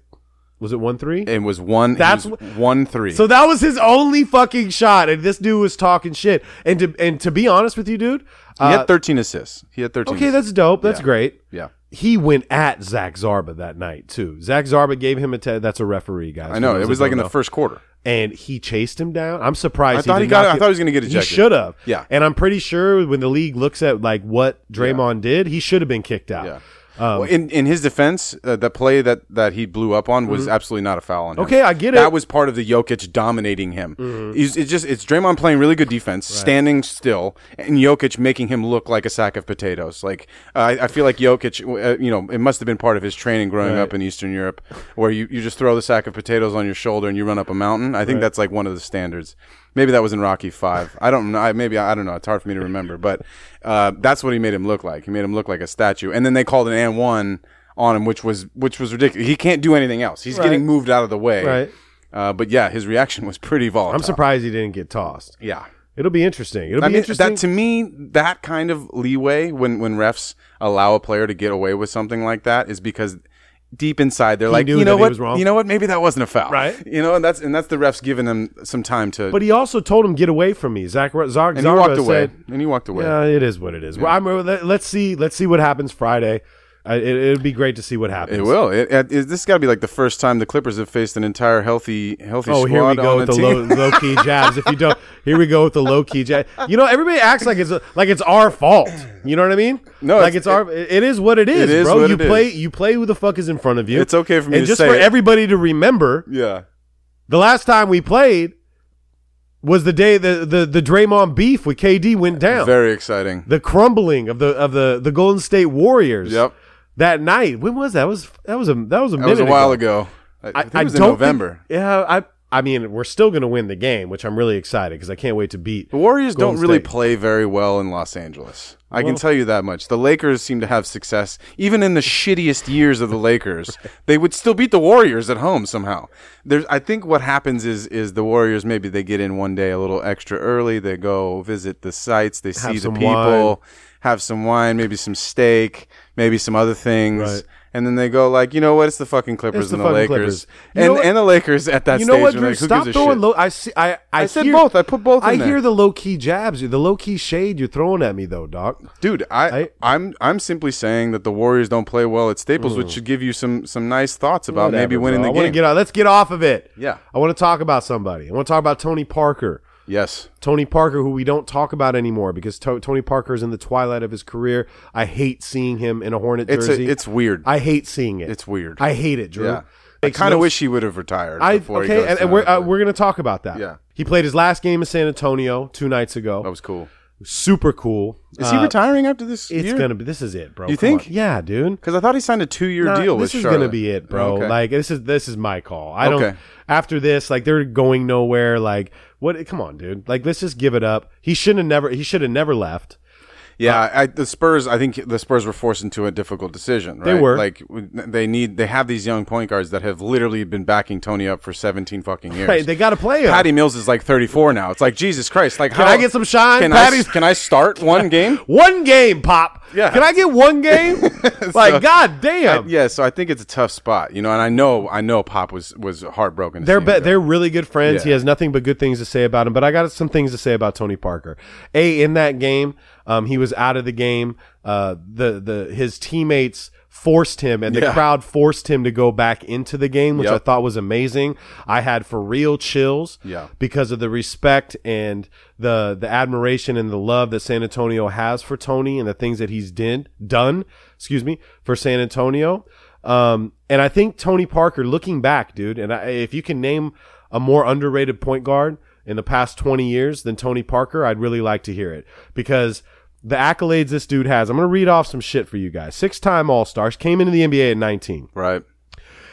A: was it one three?
C: And was one.
A: That's
C: That's one three.
A: So that was his only fucking shot, and this dude was talking shit. And to and to be honest with you, dude,
C: he
A: uh,
C: had thirteen assists. He had thirteen.
A: okay,
C: assists.
A: that's dope. That's
C: Yeah.
A: great.
C: yeah.
A: He went at Zach Zarba that night too. Zach Zarba gave him a te- that's a referee, guys.
C: I know
A: For those
C: it was
A: that
C: like in
A: don't know.
C: the first quarter.
A: and he chased him down. I'm surprised.
C: I thought
A: did
C: he got
A: not
C: it. I thought he was gonna get
A: He
C: ejected.
A: should have.
C: Yeah.
A: And I'm pretty sure when the league looks at like what Draymond did, he should have been kicked out.
C: Yeah.
A: um,
C: Well, in in his defense, uh, the play that, that he blew up on was absolutely not a foul on him.
A: Mm-hmm. Okay, I get it.
C: That was part of the Jokic dominating him. He's, it's just it's Draymond playing really good defense, standing still, and Jokic making him look like a sack of potatoes. Like I I feel like Jokic, uh, you know, it must have been part of his training growing up in Eastern Europe, where you, you just throw the sack of potatoes on your shoulder and you run up a mountain. I think that's like one of the standards. Maybe that was in Rocky Five. I don't know. I- Maybe I don't know. It's hard for me to remember, but uh, that's what he made him look like. He made him look like a statue. And then they called an and one on him, which was which was ridiculous. He can't do anything else. He's getting moved out of the way.
A: Right.
C: Uh, but yeah, his reaction was pretty volatile.
A: I'm surprised he didn't get tossed.
C: Yeah.
A: It'll be interesting. It'll
C: I
A: be
C: mean,
A: interesting.
C: that to me, that kind of leeway when when refs allow a player to get away with something like that is because deep inside they're like,
A: knew
C: you know
A: that he
C: what,
A: was wrong.
C: you know what, maybe that wasn't a foul,
A: Right.
C: You know, and that's and that's the refs giving them some time to.
A: but he also told him, "Get away from me." Zach Zach Zarba
C: and he walked away.
A: said,
C: and he walked away.
A: "Yeah, it is what it is." Well, I'm, let, let's see. Let's see what happens Friday. Uh, it, it'd be great to see what happens.
C: It will. It, it, this has got to be like the first time the Clippers have faced an entire healthy, healthy
A: Oh,
C: squad
A: here we go
C: on
A: with
C: a
A: the
C: team.
A: low, low key jabs. If you don't, here we go with the low key jab. You know, everybody acts like it's like it's our fault. You know what I mean?
C: No,
A: like it's,
C: it's-
A: our. It is what it is,
C: It is
A: bro.
C: what
A: you
C: it
A: play.
C: is.
A: You play who the fuck is in front of you.
C: It's okay for me
A: And
C: to
A: just
C: say
A: for
C: it.
A: everybody to remember,
C: yeah.
A: the last time we played was the day the the the Draymond beef with KD went down.
C: Very exciting.
A: the crumbling of the of the the Golden State Warriors.
C: Yep.
A: That night, when was that? That was that was a that was a
C: That was a
A: minute
C: while
A: ago.
C: ago. I, I think it was in
A: don't
C: November.
A: think- yeah, I I mean, we're still going to win the game, which I'm really excited because I can't wait to beat.
C: The Warriors
A: Golden
C: don't really
A: State.
C: play very well in Los Angeles. I can tell you that much. The Lakers seem to have success even in the shittiest years of the Lakers. They would still beat the Warriors at home somehow. There's I think what happens is is the Warriors maybe they get in one day a little extra early, they go visit the sites, they see the
A: some
C: people,
A: wine.
C: have some wine, maybe some steak, maybe some other things.
A: Right.
C: And then they go like, you know what? It's the fucking Clippers
A: It's the
C: and
A: fucking
C: the
A: Clippers.
C: Lakers,
A: You know
C: and
A: what-
C: and the Lakers at that
A: You
C: stage.
A: know what,
C: are
A: Drew?
C: like, who
A: Stop
C: gives a
A: throwing
C: shit?
A: low. I see. I I,
C: I said
A: hear-
C: both. I put both in
A: I
C: there.
A: hear the low key jabs, the low key shade you're throwing at me, though, Doc.
C: Dude, I,
A: I-
C: I'm I'm simply saying that the Warriors don't play well at Staples, which should give you some some nice thoughts about Uh, maybe
A: Hmm. Whatever,
C: winning
A: bro. I
C: the
A: wanna
C: game.
A: Get out. Let's get off of it.
C: Yeah.
A: I want to talk about somebody. I want to talk about Tony Parker.
C: yes,
A: Tony Parker, who we don't talk about anymore because to- Tony Parker is in the twilight of his career. I hate seeing him in a Hornet
C: it's a,
A: jersey.
C: it's weird.
A: I hate seeing it.
C: It's weird.
A: I hate it, Drew.
C: Yeah. I kind of wish he would have retired.
A: I
C: before he
A: okay,
C: goes
A: and, and
C: down,
A: we're uh,
C: but
A: we're gonna talk about that.
C: Yeah.
A: he played his last game in San Antonio two nights ago.
C: that was cool.
A: Super cool.
C: Is he
A: Uh,
C: retiring after this?
A: It's gonna be. This is it, bro.
C: You
A: Come on.
C: think?
A: Yeah, dude.
C: because I thought he signed a two-year
A: Nah,
C: deal.
A: this
C: with
A: is
C: Charlotte.
A: gonna be it, bro.
C: Okay.
A: Like this is this is my call. I don't.
C: Okay.
A: After this, like they're going nowhere. Like what? Come on, dude. Like let's just give it up. He should have never. He should have never left.
C: Yeah,
A: uh,
C: I, the Spurs. I think the Spurs were forced into a difficult decision. Right?
A: They were.
C: like w- they need. They have these young point guards that have literally been backing Tony up for seventeen fucking years.
A: Right? They got to play him.
C: Patty Mills is like thirty four now. It's like Jesus Christ. Like,
A: Can I get some shine,
C: Can I,
A: Patty?
C: can I start one game?
A: one game, pop.
C: Yeah.
A: Can I get one game? like
C: So-
A: god damn.
C: Yeah, so I think it's a tough spot, you know. And I know, I know, Pop was was heartbroken. to
A: They're
C: see
A: be-
C: him go.
A: they're really good friends. He
C: Yeah.
A: has nothing but good things to say about him. But I got some things to say about Tony Parker. A in that game, um, he was out of the game. Uh, the the his teammates forced him, and the
C: Yeah.
A: crowd forced him to go back into the game, which
C: Yep.
A: I thought was amazing. I had for real chills.
C: Yeah.
A: because of the respect and the the admiration and the love that San Antonio has for Tony and the things that he's did, done, excuse me, for San Antonio. Um, and I think Tony Parker, looking back, dude, and I, if you can name a more underrated point guard in the past 20 years than Tony Parker, I'd really like to hear it because the accolades this dude has. I'm going to read off some shit for you guys. Six time All Stars, came into the NBA at 19
C: right.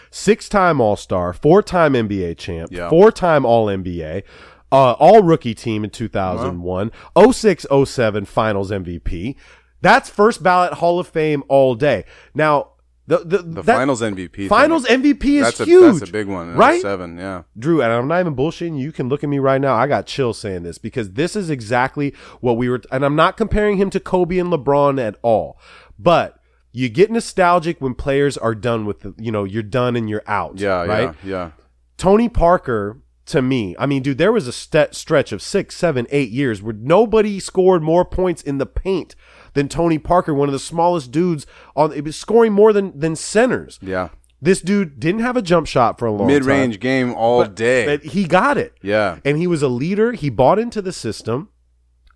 A: six time All Star, four time NBA champ,
C: Yeah.
A: four time All NBA, uh, All Rookie team in 2001, 06 07 Finals MVP. That's first ballot Hall of Fame all day. Now, the, the,
C: The Finals MVP. thing.
A: Finals MVP is
C: That's a
A: huge.
C: that's a big one. uh,
A: right?
C: Seven. Yeah.
A: Drew, and I'm not even bullshitting. You can look at me right now. I got chills saying this because this is exactly what we were. And I'm not comparing him to Kobe and LeBron at all, but you get nostalgic when players are done with the, you know, you're done and you're out.
C: Yeah.
A: Right.
C: Yeah. Yeah.
A: Tony Parker to me, I mean, dude, there was a st- stretch of six, seven, eight years where nobody scored more points in the paint than Tony Parker, one of the smallest dudes on it was scoring more than than centers.
C: Yeah.
A: This dude didn't have a jump shot for a long
C: Mid
A: time,
C: range game all day.
A: but he got it.
C: yeah.
A: And he was a leader. He bought into the system.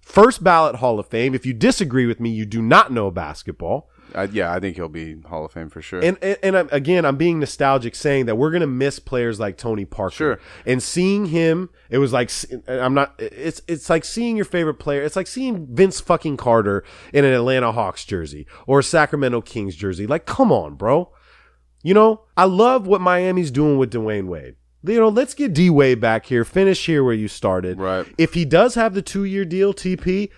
A: First ballot Hall of Fame. If you disagree with me, you do not know basketball.
C: I, yeah. I think he'll be Hall of Fame for sure.
A: And and, and I'm, again, I'm being nostalgic, saying that we're gonna miss players like Tony Parker.
C: Sure.
A: And seeing him, it was like s- I'm not. It's it's like seeing your favorite player. It's like seeing Vince fucking Carter in an Atlanta Hawks jersey or a Sacramento Kings jersey. Like, come on, bro. You know, I love what Miami's doing with Dwayne Wade. You know, let's get D Wade back here. Finish here where you started.
C: Right.
A: If he does have the two year deal, TP,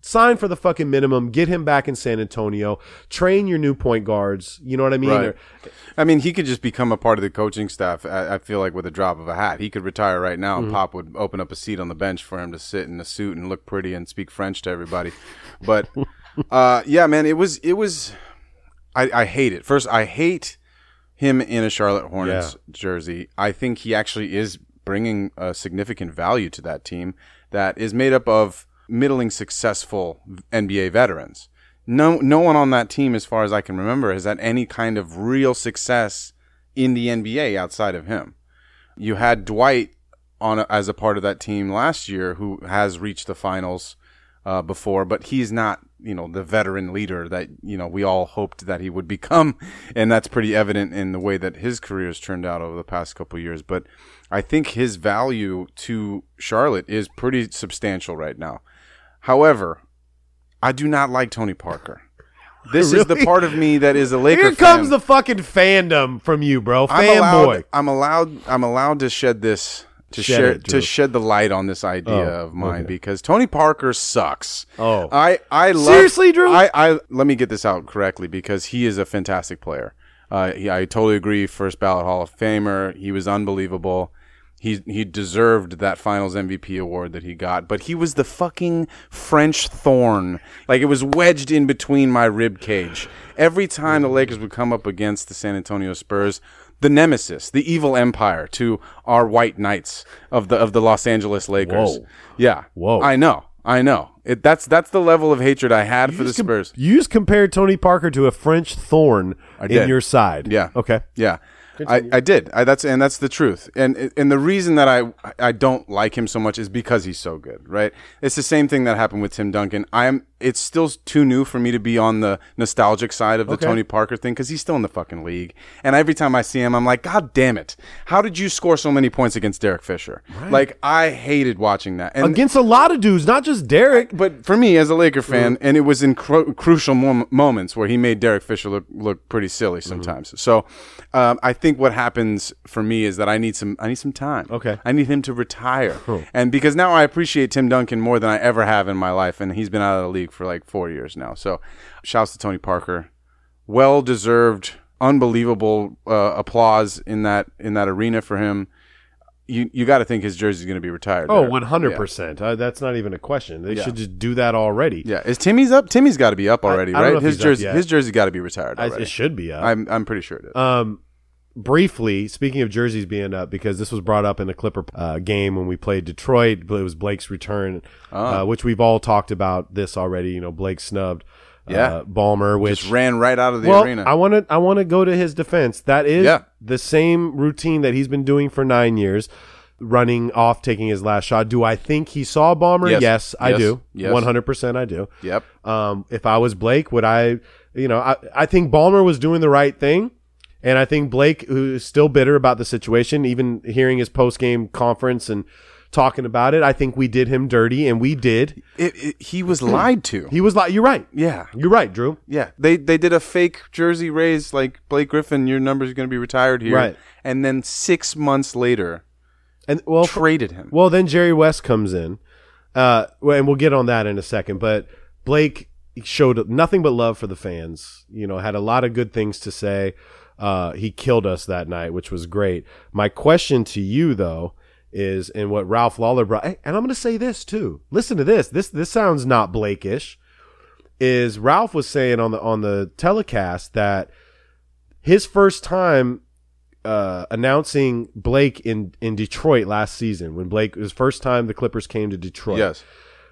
A: sign for the fucking minimum. Get him back in San Antonio. Train your new point guards. You know what I mean?
C: Right.
A: Or-
C: I mean, he could just become a part of the coaching staff. I, I feel like with a drop of a hat, he could retire right now,
A: Mm-hmm.
C: and Pop would open up a seat on the bench for him to sit in a suit and look pretty and speak French to everybody. But uh, yeah, man, it was it was. I, I hate it. First, I hate him in a Charlotte Hornets jersey. I think he actually is bringing a significant value to that team that is made up of middling successful NBA veterans. No, no one on that team, as far as I can remember, has had any kind of real success in the NBA outside of him. You had Dwight on a, as a part of that team last year, who has reached the finals uh, before, but he's not, you know, the veteran leader that you know we all hoped that he would become, and that's pretty evident in the way that his career has turned out over the past couple years. But I think his value to Charlotte is pretty substantial right now. However, I do not like Tony Parker. This is the
A: Really?
C: part of me that is a Laker.
A: Here
C: fan.
A: comes the fucking fandom from you, bro.
C: I'm allowed,
A: Fanboy.
C: I'm allowed. I'm allowed to shed this to
A: Shed
C: share
A: it, Drew.
C: to shed the light on this idea
A: Oh,
C: of mine
A: okay.
C: because Tony Parker sucks.
A: Oh.
C: I I love,
A: Seriously, Drew?
C: I, I let me get this out correctly because he is a fantastic player. Uh, he, I totally agree. First ballot Hall of Famer. He was unbelievable. He he deserved that Finals MVP award that he got, but he was the fucking French thorn. Like it was wedged in between my rib cage. Every time the Lakers would come up against the San Antonio Spurs, the nemesis, the evil empire to our white knights of the of the Los Angeles Lakers.
A: Whoa.
C: Yeah.
A: Whoa.
C: I know. I know. It, that's that's the level of hatred I had for the
A: Just com-
C: Spurs.
A: you just compared Tony Parker to a French thorn in
C: did.
A: your side.
C: Yeah.
A: Okay.
C: Yeah. I, I did. I, that's and that's the truth. And and the reason that I I don't like him so much is because he's so good, right? It's the same thing that happened with Tim Duncan. I'm it's still too new for me to be on the nostalgic side of the
A: Okay.
C: Tony Parker thing because he's still in the fucking league. And every time I see him, I'm like, God damn it! How did you score so many points against Derek Fisher? Like I hated watching that. And
A: against a lot of dudes, not just Derek. Mm-hmm.
C: but for me as a Laker fan, and it was in cru- crucial mom- moments where he made Derek Fisher look look pretty silly
A: Mm-hmm.
C: sometimes. So, um, I think what happens for me is that I need some I need some time.
A: Okay.
C: I need him to retire, and because now I appreciate Tim Duncan more than I ever have in my life, and he's been out of the league for like four years now. So, shouts to Tony Parker, well deserved, unbelievable uh, applause in that in that arena for him. You you got to think his jersey's going to be retired.
A: Oh,
C: there.
A: 100%. Uh, that's not even a question. They
C: Yeah.
A: should just do that already.
C: Yeah, is Timmy's up? Timmy's got to be up already,
A: I don't
C: right?
A: know if
C: his
A: he's up
C: jersey,
A: yet.
C: his jersey got to be retired
A: I,
C: already.
A: it should be up.
C: I'm I'm pretty sure it is.
A: Um, briefly, speaking of jerseys being up, because this was brought up in the Clipper uh, game when we played Detroit, but it was Blake's return,
C: Ah.
A: uh, which we've all talked about this already. You know, Blake snubbed
C: Yeah.
A: uh, Ballmer, which
C: Just ran right out of the
A: well,
C: arena.
A: I want to I want to go to his defense. That is
C: Yeah.
A: the same routine that he's been doing for nine years, running off, taking his last shot. Do I think he saw Bomber? Yes,
C: Yes.
A: I
C: Yes.
A: do.
C: Yes.
A: One hundred percent, I do.
C: Yep.
A: Um, if I was Blake, would I? You know, I I think Bomber was doing the right thing. And I think Blake, who's still bitter about the situation, even hearing his post game conference and talking about it, I think we did him dirty, and we did.
C: It- it- he was lied to.
A: He was like, "You're right,
C: yeah,
A: you're right, Drew."
C: yeah. They they did a fake jersey raise, like Blake Griffin, your number's going to be retired here,
A: Right.
C: And then six months later,
A: And well,
C: traded him.
A: Well, then Jerry West comes in, uh, well, and we'll get on that in a second. But Blake showed nothing but love for the fans. You know, had a lot of good things to say. Uh, he killed us that night, which was great. My question to you though is, and what Ralph Lawler brought, and I'm going to say this too. Listen to this. This this sounds not Blakeish. Is Ralph was saying on the on the telecast that his first time uh, announcing Blake in in Detroit last season when Blake it was first time the Clippers came to Detroit.
C: yes,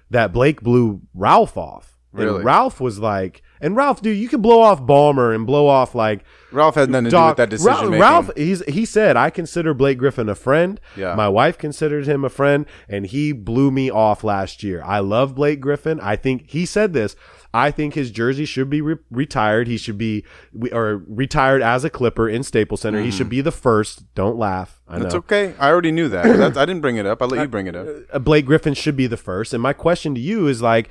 A: that Blake blew Ralph off.
C: Really?
A: And Ralph was like, and Ralph, dude, you can blow off Balmer and blow off like
C: Ralph had nothing to do
A: Doc-
C: with that decision
A: Ralph,
C: making.
A: Ralph, he's, he said, I consider Blake Griffin a friend.
C: Yeah.
A: My wife considered him a friend, and he blew me off last year. I love Blake Griffin. I think he said this. I think his jersey should be re- retired. He should be we- or retired as a Clipper in Staples Center. He should be the first. Don't laugh. I
C: Mm. That's
A: know.
C: okay. I already knew that. That's, I didn't bring it up. I let you bring it up.
A: Uh, Blake Griffin should be the first. And my question to you is like,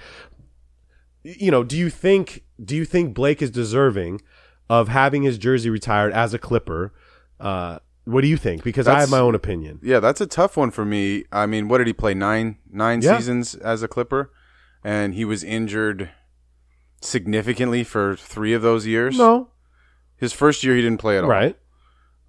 A: you know, do you think do you think Blake is deserving of having his jersey retired as a Clipper? Uh, what do you think? Because I
C: That's-
A: have my own opinion.
C: Yeah, that's a tough one for me. I mean, what did he play nine nine
A: Yeah.
C: seasons as a Clipper, and he was injured significantly for three of those years.
A: No,
C: his first year he didn't play at all.
A: right?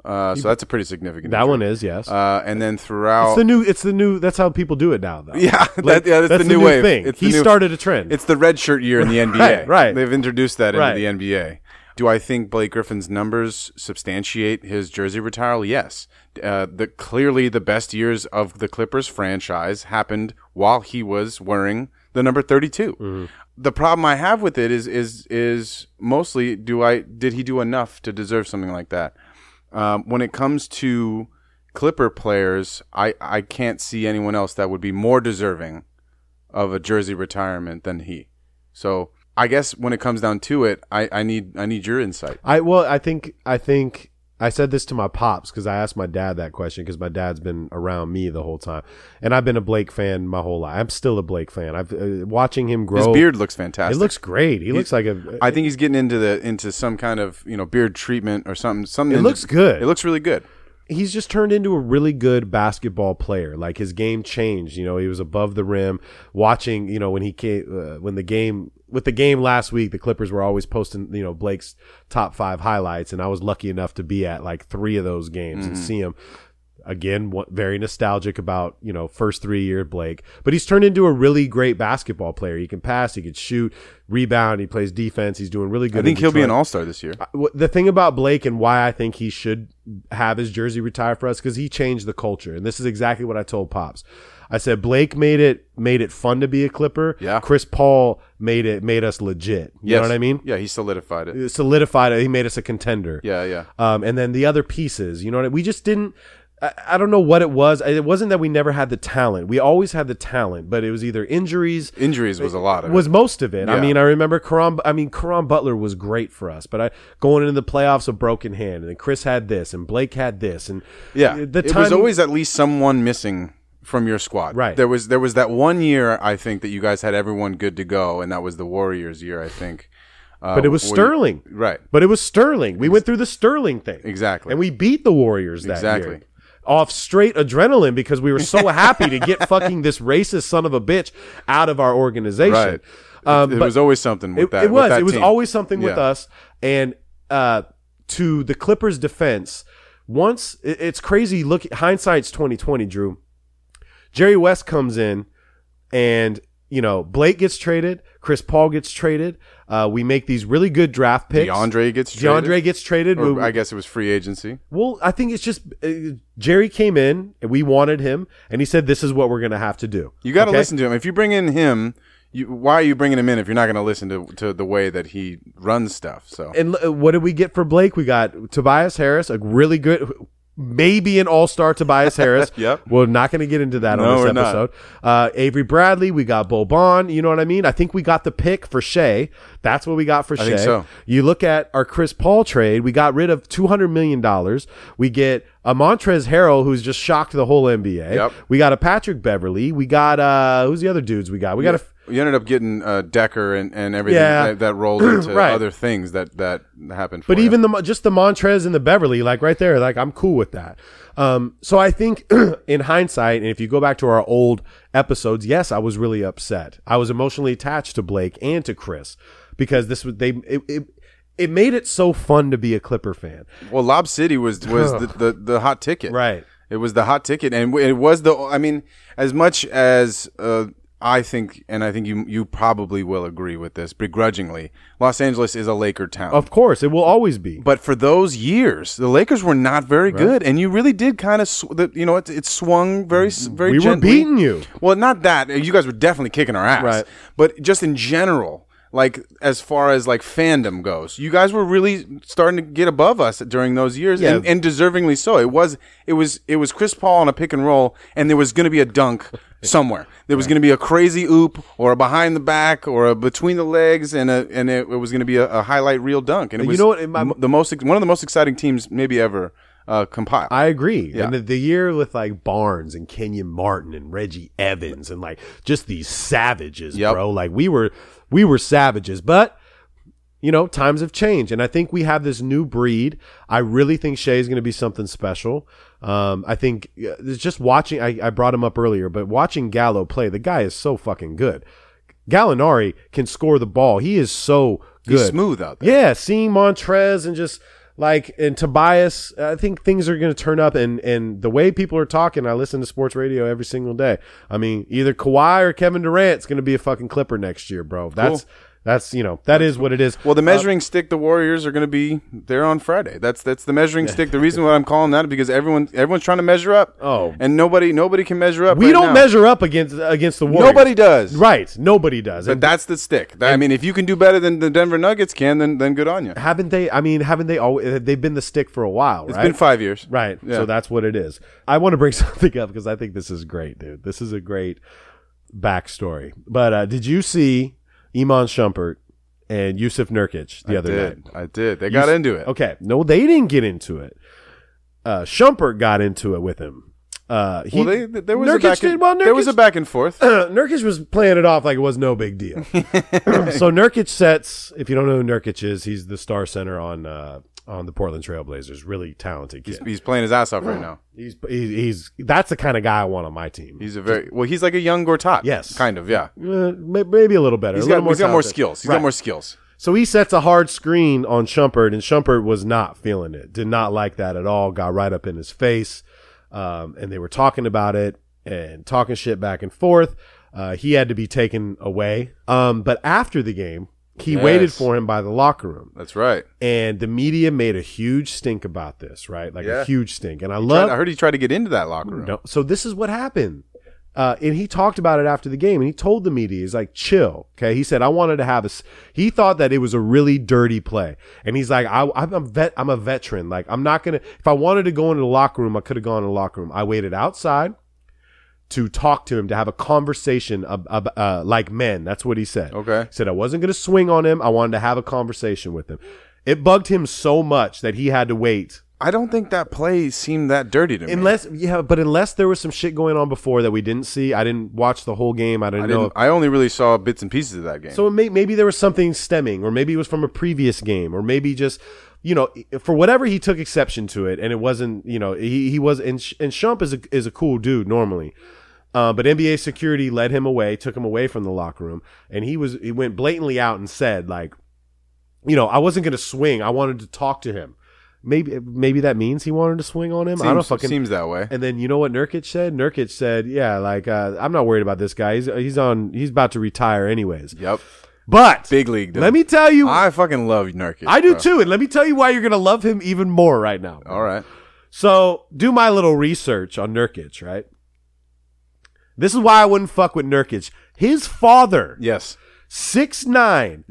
C: Uh, so that's a pretty significant.
A: That
C: injury.
A: one is yes.
C: Uh, and then
A: it's
C: throughout,
A: the new. It's the new. That's how people do it now, though.
C: yeah,
A: Like,
C: that, yeah, that's, the new, wave.
A: thing.
C: It's
A: he
C: the new,
A: started a trend.
C: It's the red shirt year in the NBA.
A: Right, right.
C: They've introduced that
A: Right.
C: into the NBA. Do I think Blake Griffin's numbers substantiate his jersey retiral? Yes. Uh, the clearly the best years of the Clippers franchise happened while he was wearing the number 32.
A: Mm-hmm.
C: The problem I have with it is is is mostly do I did he do enough to deserve something like that? Um, when it comes to Clipper players, I, I can't see anyone else that would be more deserving of a jersey retirement than he. So I guess when it comes down to it, I, I need I need your insight.
A: I well, I think I think I said this to my pops because I asked my dad that question because my dad's been around me the whole time, and I've been a Blake fan my whole life. I'm still a Blake fan. I've uh, watching him grow.
C: His beard looks
A: it
C: fantastic.
A: looks great. He looks like a.
C: I think he's getting into the into some kind of you know beard treatment or something. Something.
A: It looks good.
C: It looks really good.
A: he's just turned into a really good basketball player. Like his game changed. You know, he was above the rim. Watching, you know, when he came, uh, when the game with the game last week, the Clippers were always posting, you know, Blake's top five highlights, and I was lucky enough to be at like three of those games
C: Mm-hmm.
A: and see him. Again, what, very nostalgic about you know first three year Blake, but he's turned into a really great basketball player. He can pass, he can shoot, rebound, he plays defense. He's doing really good.
C: I
A: in
C: think he'll be
A: Detroit
C: an all star this year.
A: wh- the thing about Blake and why I think he should have his jersey retired for us because he changed the culture, and this is exactly what I told pops. I said Blake made it made it fun to be a Clipper.
C: Yeah.
A: Chris Paul made it made us legit. You know
C: Yes.
A: what I mean?
C: Yeah, he solidified it.
A: It solidified it. He made us a contender.
C: Yeah, yeah.
A: Um, and then the other pieces, you know what I, we just didn't. I- I, I don't know what it was. It wasn't that we never had the talent. We always had the talent, but it was either injuries.
C: Injuries was a lot of
A: was
C: it.
A: most of it. I
C: Yeah.
A: mean, I remember Karam. I mean, Karam Butler was great for us, but I going into the playoffs a broken hand, and then Chris had this, and Blake had this, and
C: Yeah,
A: the
C: it
A: time
C: was always at least someone missing from your squad.
A: Right.
C: There was there was that one year I think that you guys had everyone good to go, and that was the Warriors year I think. Uh,
A: But it was
C: where you-
A: Sterling.
C: right.
A: But it was Sterling. We went through the Sterling thing.
C: Exactly.
A: And we beat the Warriors that
C: Exactly.
A: year. Off straight adrenaline because we were so happy to get fucking this racist son of a bitch out of our organization.
C: Right.
A: Um,
C: it
A: but
C: was always something with
A: it,
C: that.
A: it
C: with
A: was.
C: that
A: It was
C: team.
A: always something with
C: Yeah.
A: us. And uh, to the Clippers' defense, once it- it's crazy. Look, hindsight's twenty twenty. Drew, Jerry West comes in, and you know Blake gets traded. Chris Paul gets traded. Uh, we make these really good draft picks.
C: DeAndre gets
A: DeAndre
C: traded?
A: gets traded.
C: Or
A: We-
C: I guess it was free agency.
A: well, I think it's just uh, Jerry came in and we wanted him, and he said, "This is what we're going to have to do."
C: You got to
A: Okay?
C: listen to him. If you bring in him, you, why are you bringing him in if you're not going to listen to to the way that he runs stuff? So
A: And l- what did we get for Blake? We got Tobias Harris, a really good, maybe an all star Tobias Harris.
C: Yep.
A: We're not going to get into that
C: No,
A: on
C: we're
A: this
C: not.
A: episode. Uh, Avery Bradley, we got Bobon. You know what I mean? I think we got the pick for Shea. That's what we got for Shea.
C: think so.
A: You look at our Chris Paul trade, we got rid of $200 million. We get a Montrez Harrell, who's just shocked the whole NBA.
C: Yep.
A: We got a Patrick Beverly. We got, uh, who's the other dudes we got? We got a.
C: you ended up getting uh, Decker and, and everything
A: Yeah.
C: that, that rolled into
A: Right.
C: other things that that happened. For
A: But
C: you.
A: even the just the Montrez and the Beverly, like right there, like I'm cool with that. Um, so I think in hindsight, and if you go back to our old episodes, yes, I was really upset. I was emotionally attached to Blake and to Chris because this was they it. it it made it so fun to be a Clipper fan.
C: Well, Lob City was was the, the the hot ticket,
A: Right.
C: It was the hot ticket, and w- it was the. I mean, as much as uh, I think, and I think you you probably will agree with this begrudgingly. Los Angeles is a Laker town,
A: Of course, it will always be.
C: but for those years, the Lakers were not very good, and you really did kind of, sw- the- you know, it, it swung very, s- very.
A: We were
C: gently.
A: beating you.
C: Well, not that you guys were definitely kicking our ass,
A: Right.
C: But just in general, like as far as like fandom goes, you guys were really starting to get above us during those years,
A: Yeah.
C: and, and deservingly so. It was, it was, it was Chris Paul on a pick and roll, and there was going to be a dunk somewhere. There was going to be a crazy oop, or a behind the back, or a between the legs, and a and it, it was going to be a, a highlight reel dunk, and it
A: You
C: was
A: know what, in my-
C: m- the most ex- one of the most exciting teams maybe ever uh, compiled.
A: I agree.
C: Yeah.
A: And the, the year with like Barnes and Kenyon Martin and Reggie Evans and like just these savages,
C: Yep.
A: bro. Like we were we were savages, but you know, times have changed and I think we have this new breed. I really think Shea's going to be something special. Um, I think uh, it's just watching I, I brought him up earlier, but watching Gallo play, the guy is so fucking good. Gallinari can score the ball. He is so good.
C: He's smooth out there.
A: Yeah, seeing Montrez and just like and Tobias, I think things are going to turn up. And and the way people are talking, I listen to sports radio every single day. I mean, either Kawhi or Kevin Durant's going to be a fucking Clipper next year, bro. That's that's you know that is what it is.
C: Well, the measuring stick the Warriors are going to be there on Friday. That's that's the measuring stick. The reason why I'm calling that is because everyone everyone's trying to measure up.
A: Oh.
C: and nobody nobody can measure up.
A: we
C: right
A: don't
C: now.
A: measure up against against the Warriors.
C: Nobody does.
A: right? Nobody does.
C: But
A: And
C: that's the stick. That- I mean, if you can do better than the Denver Nuggets can, then then good on you.
A: haven't they? I mean, haven't they always? They've been the stick for a while,
C: It's
A: right?
C: been five years.
A: Right.
C: Yeah.
A: So that's what it is. I want to bring something up because I think this is great, dude. This is a great backstory. But uh, did you see Iman Shumpert and Yusuf Nurkic the
C: I
A: other
C: did.
A: night?
C: I did. They got into it.
A: Okay. No, they didn't get into it. Uh, Shumpert got into it with him. Uh, he,
C: Well, they, there was
A: Nurkic
C: a back
A: did
C: and,
A: well. Nurkic,
C: there was a back and forth.
A: Nurkic was playing it off like it was no big deal. so Nurkic sets. If you don't know who Nurkic is, he's the star center on uh, on the Portland Trailblazers. Really talented kid.
C: He's playing his ass off right now.
A: He's he's, he's that's the kind of guy I want on my team.
C: He's a very well. He's like a young Gortat.
A: Yes.
C: kind of. Yeah,
A: Uh, may- maybe a little better.
C: he's
A: a
C: got
A: little
C: more he's got more
A: talented.
C: skills. He's
A: Right.
C: got more skills.
A: So he sets a hard screen on Shumpert, and Shumpert was not feeling it. Did not like that at all. Got right up in his face, um, and they were talking about it and talking shit back and forth. Uh, he had to be taken away. Um, but after the game, he
C: Yes.
A: waited for him by the locker room,
C: That's right.
A: and the media made a huge stink about this, right? Like a
C: Yeah.
A: huge stink. And I
C: Tried-
A: love.
C: I heard he tried to get into that locker room.
A: No. So this is what happened. Uh, and he talked about it after the game, and he told the media, he's like, "Chill, okay." He said, "I wanted to have a." s- He thought that it was a really dirty play, and he's like, I, "I'm a vet. I'm a veteran. Like, I'm not gonna. If I wanted to go into the locker room, I could have gone to the locker room. I waited outside to talk to him, to have a conversation ab- ab- uh, like men. That's what he said.
C: Okay.
A: He said, I wasn't going to swing on him. I wanted to have a conversation with him. It bugged him so much that he had to wait.
C: I don't think that play seemed that dirty to me.
A: Unless, yeah, but unless there was some shit going on before that we didn't see, I didn't watch the whole game. I didn't,
C: I,
A: know.
C: didn't, I only really saw bits and pieces of that game.
A: So it may, maybe there was something stemming, or maybe it was from a previous game, or maybe just you know for whatever he took exception to it, and it wasn't you know he he was and Sh- and Shump is a, is a cool dude normally. Uh, but NBA security led him away, took him away from the locker room, and he was he went blatantly out and said like, you know, I wasn't going to swing. I wanted to talk to him. Maybe maybe that means he wanted to swing on him.
C: seems,
A: I don't fucking
C: seems that way.
A: and then you know what Nurkic said? Nurkic said, "Yeah, like uh, I'm not worried about this guy. He's he's on he's about to retire anyways."
C: Yep.
A: But
C: Big league. Dude.
A: let me tell you, I,
C: I fucking love Nurkic.
A: do
C: bro. Oh.
A: too, and let me tell you why you're gonna love him even more right now.
C: All right.
A: So do my little research on Nurkic, right? This is why I wouldn't fuck with Nurkic. His father,
C: Yes.
A: 6'9",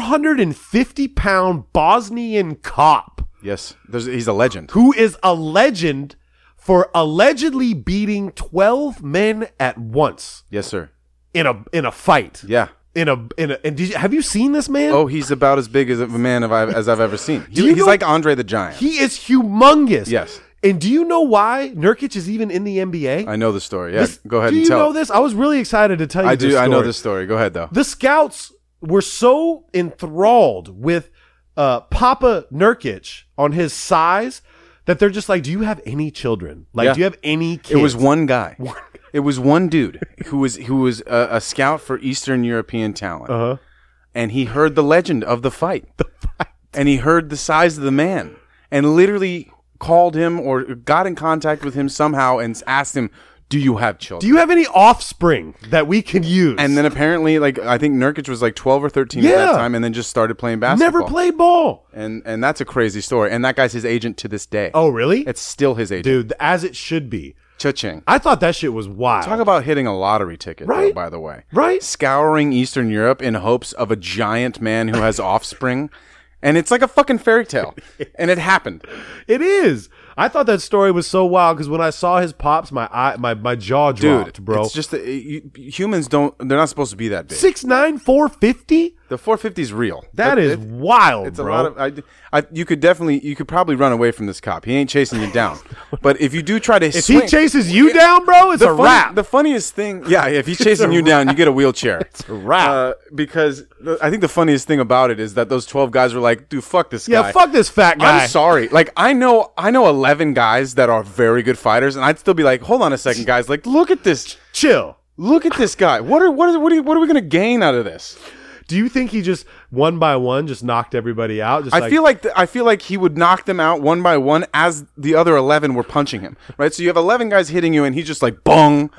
A: 450 pound Bosnian cop
C: Yes. There's, he's a legend.
A: who is a legend for allegedly beating 12 men at once
C: Yes, sir.
A: in a in a fight.
C: Yeah.
A: In a in a and did you, have you seen this man?
C: Oh, he's about as big as a man of, as I've ever seen. He-
A: Do you
C: he's
A: know-
C: like Andre the Giant.
A: He is humongous.
C: Yes.
A: And do you know why Nurkic is even in the NBA?
C: I know the story. Yeah.
A: This-
C: Go ahead
A: Do
C: and
A: you
C: tell.
A: know this? I was really excited to tell you
C: I
A: this
C: do. I know
A: story.
C: this story. Go ahead though.
A: The scouts were so enthralled with uh, Papa Nurkic on his size that they're just like, do you have any children? Like,
C: Yeah.
A: do you have any kids?
C: It was one guy. It was one dude who was who was a, a scout for Eastern European talent,
A: Uh-huh.
C: and he heard the legend of the fight, and he heard the size of the man, and literally called him or got in contact with him somehow and asked him, "Do you have
A: Do
C: children?"
A: you have any offspring that we can use?
C: and then apparently, like I think Nurkic was like twelve or thirteen at that
A: Yeah.
C: time, and then just started playing basketball.
A: never played ball.
C: and and that's a crazy story. And that guy's his agent to this day.
A: Oh, really?
C: it's still his agent.
A: Dude, as it should be.
C: Cha-ching.
A: I thought that shit was wild.
C: Talk about hitting a lottery ticket, though,
A: Right?
C: by the way.
A: Right?
C: Scouring Eastern Europe in hopes of a giant man who has offspring. And it's like a fucking fairy tale. And it happened.
A: It is. I thought that story was so wild because when I saw his pops, my eye, my my jaw
C: Dude,
A: dropped, bro.
C: it's just that uh, you, humans don't, they're not supposed to be that big.
A: Six nine four fifty.
C: The 450 is real.
A: That is wild,
C: It's
A: bro.
C: a lot of. uh, I, I, you could definitely, you could probably run away from this cop. He ain't chasing you down. but if you do try to
A: if
C: swing,
A: he chases you down, bro, it's
C: the
A: a
C: funny-
A: wrap.
C: The funniest thing, yeah, if he's chasing you down, you get a wheelchair. It's a
A: wrap.
C: because the, I think the funniest thing about it is that those twelve guys were like, "Dude, fuck this
A: yeah,
C: guy."
A: fuck this fat guy.
C: I'm sorry. Like I know, I know eleven guys that are very good fighters, and I'd still be like, "Hold on a second, guys! Like, look at this,
A: Chill.
C: look at this guy. What are what are what are, what are we gonna gain out of this?"
A: Do you think he just one by one just knocked everybody out? Just
C: I feel like th- I feel like he would knock them out one by one as the other eleven were punching him. Right, so you have eleven guys hitting you, and he's just like bong,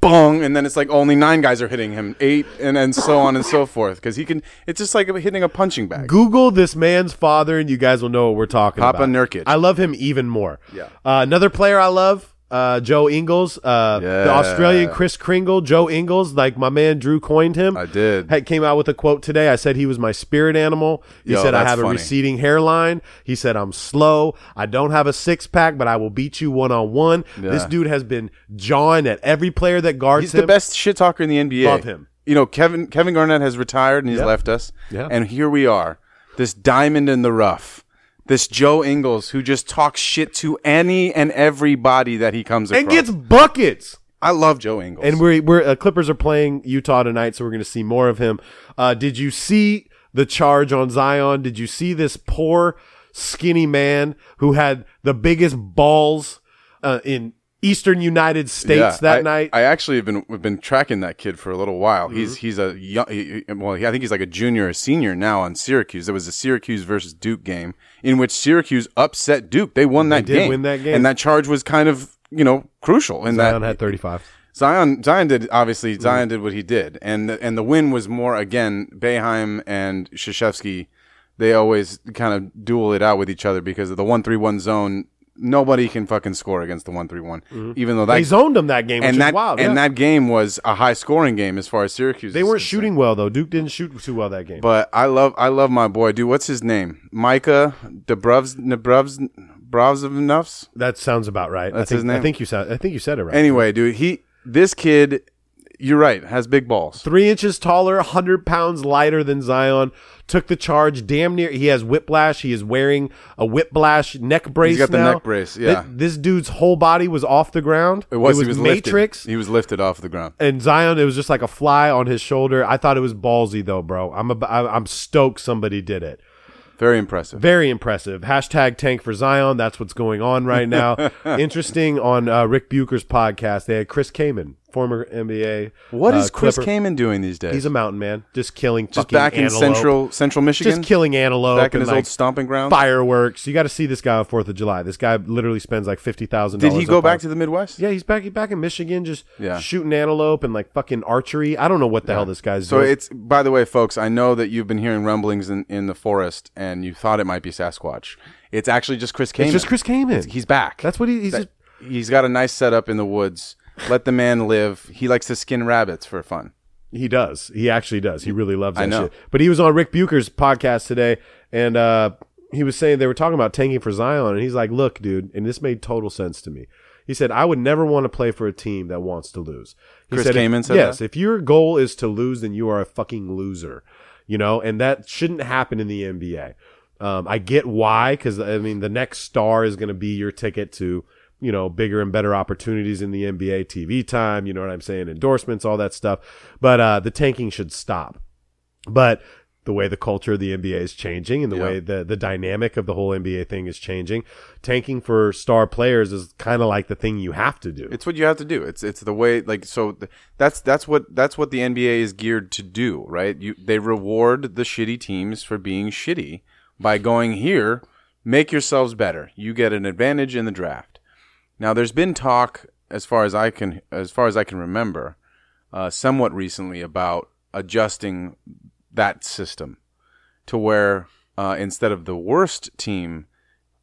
C: bong, and then it's like only nine guys are hitting him, eight, and and so on and so forth. Because he can, it's just like hitting a punching bag.
A: Google this man's father, and you guys will know what we're talking
C: Papa
A: about.
C: Nurkic.
A: I love him even more.
C: Yeah.
A: Uh, another player I love, uh, Joe Ingles, uh, the
C: Yeah.
A: Australian Chris Kringle. Joe Ingles, like my man Drew coined him.
C: I did.
A: Had- came out with a quote today. I said he was my spirit animal. He
C: Yo,
A: said I
C: that's
A: have a
C: funny.
A: receding hairline. He said I'm slow. I don't have a six pack, but I will beat you one on one. This dude has been jawing at every player that guards
C: He's
A: him.
C: the best shit talker in the NBA.
A: Love him.
C: You know, Kevin Kevin Garnett has retired and he's left us.
A: Yeah.
C: And here we are, this diamond in the rough. This Joe Ingles who just talks shit to any and everybody that he comes across.
A: and gets buckets.
C: I love Joe Ingles.
A: And we're, we're uh, Clippers are playing Utah tonight, so we're going to see more of him. Uh, did you see the charge on Zion? Did you see this poor skinny man who had the biggest balls uh, in Eastern United States that
C: I,
A: night? Mm-hmm.
C: I actually have been have been tracking that kid for a little while. He's he's a young, he, he- well, he- I think he's like a junior or senior now on Syracuse. There was a Syracuse versus Duke game in which Syracuse upset Duke. They won that
A: did
C: game.
A: win that game.
C: and that charge was kind of you know crucial in
A: Zion
C: that
A: had Mm-hmm. 35.
C: Zion Zion did obviously Zion did what he did, and the, and the win was more again Beheim and Shashevsky. They always kind of duel it out with each other because of the one three one zone nobody can fucking score against the one three one.
A: Mm-hmm.
C: Even though that
A: They zoned them that game, which
C: and
A: is
C: that
A: wild.
C: and
A: yeah.
C: that game was a high scoring game as far as Syracuse.
A: they
C: is
A: weren't
C: concerned.
A: shooting well though. Duke didn't shoot too well that game.
C: But I love I love my boy, dude. What's his name? Micah Dubrovs Dubrovs Dubrovs
A: that sounds about right.
C: That's
A: I think,
C: his name?
A: I think you sound. I think you said it right.
C: Anyway, dude, he this kid. You're right. Has big balls.
A: three inches taller, 100 pounds lighter than Zion, took the charge damn near. He has whiplash. He is wearing a whiplash neck brace.
C: got the
A: now.
C: neck brace,
A: Thi-
C: yeah.
A: This, dude's whole body was off the ground.
C: It was, he was
A: Matrix.
C: Lifted. He was lifted off the ground.
A: and Zion, it was just like a fly on his shoulder. I thought it was ballsy though, bro. I'm ab- I- I'm stoked somebody did it.
C: Very impressive.
A: Very impressive. Hashtag tank for Zion. That's what's going on right now. Interesting on uh, Rick Bucher's podcast. They had Chris Kamen, former NBA.
C: What
A: uh,
C: is Chris
A: Clipper.
C: Kamen doing these days?
A: He's a mountain man, just killing
C: just
A: fucking
C: back in
A: antelope.
C: central central Michigan.
A: just killing antelope
C: back in
A: and,
C: his
A: like,
C: old stomping ground.
A: fireworks. You got to see this guy on Fourth of July. This guy literally spends like fifty thousand.
C: Did he go back to the Midwest?
A: Yeah, he's back. He's back in Michigan, just
C: Yeah.
A: shooting antelope and like fucking archery. I don't know what the hell this guy's
C: So
A: doing.
C: it's by the way, folks. I know that you've been hearing rumblings in, in the forest, and you thought it might be Sasquatch. It's actually just Chris Kamen.
A: It's just Chris Kamen.
C: He's back.
A: That's what he, he's. just,
C: He's got a nice setup in the woods. Let the man live. He likes to skin rabbits for fun.
A: he does. He actually does. He really loves that
C: I know.
A: shit. But he was on Rick Bucher's podcast today, and uh, he was saying they were talking about tanking for Zion, and he's like, "Look, dude," and this made total sense to me. He said, "I would never want to play for a team that wants to lose." He
C: Chris
A: said,
C: Kaman said
A: "Yes,
C: that?
A: if your goal is to lose, then you are a fucking loser, you know, and that shouldn't happen in the NBA." Um, I get why, because I mean, the next star is going to be your ticket to you know bigger and better opportunities in the NBA, TV time, you know what I'm saying, endorsements, all that stuff. But uh, the tanking should stop but the way the culture of the NBA is changing and the way the, the dynamic of the whole NBA thing is changing, tanking for star players is kind of like the thing you have to do.
C: It's what you have to do. It's it's the way like so th- that's that's what that's what the NBA is geared to do, right? You they reward the shitty teams for being shitty by going here, make yourselves better. You get an advantage in the draft. Now there's been talk as far as I can as far as I can remember uh, somewhat recently about adjusting that system to where uh, instead of the worst team,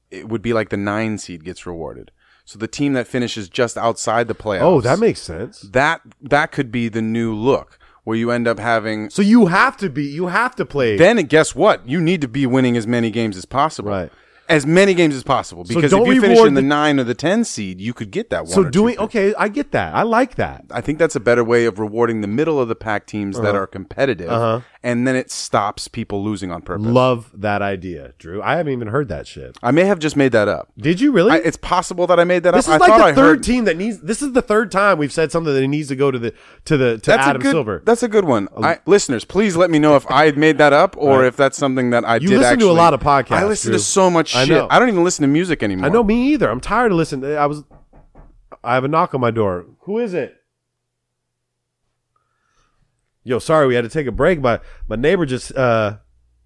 C: it would be like the nine seed gets rewarded. So the team that finishes just outside the playoffs.
A: oh, that makes sense.
C: that that could be the new look where you end up having.
A: So you have to be, you have to play.
C: Then guess what? You need to be winning as many games as possible.
A: Right.
C: As many games as possible because
A: don't
C: if you finish
A: reward
C: in the,
A: the-
C: nine or the ten seed, you could get that one.
A: so
C: or two
A: doing,
C: pick.
A: okay, I get that. I like that.
C: I think that's a better way of rewarding the middle of the pack teams that
A: Uh-huh.
C: are competitive, and then it stops people losing on purpose.
A: Love that idea, Drew. I haven't even heard that shit.
C: I may have just made that up.
A: Did you really?
C: I, it's possible that I made that
A: this is
C: up. I
A: like
C: thought
A: the
C: I
A: third
C: heard,
A: team that needs. This is the third time we've said something that needs to go to the to the to
C: That's
A: Adam
C: a good,
A: Silver.
C: That's a good one. I, listeners, please let me know if I had made that up or if that's something that I
A: You
C: did.
A: listen to a
C: actually-
A: lot of podcasts,
C: I listen
A: Drew.
C: to so much
A: I
C: shit.
A: know.
C: I don't even listen to music anymore.
A: I know me either. I'm tired of listening. I was. I have a knock on my door. Who is it? Yo, sorry, we had to take a break. My my neighbor just uh,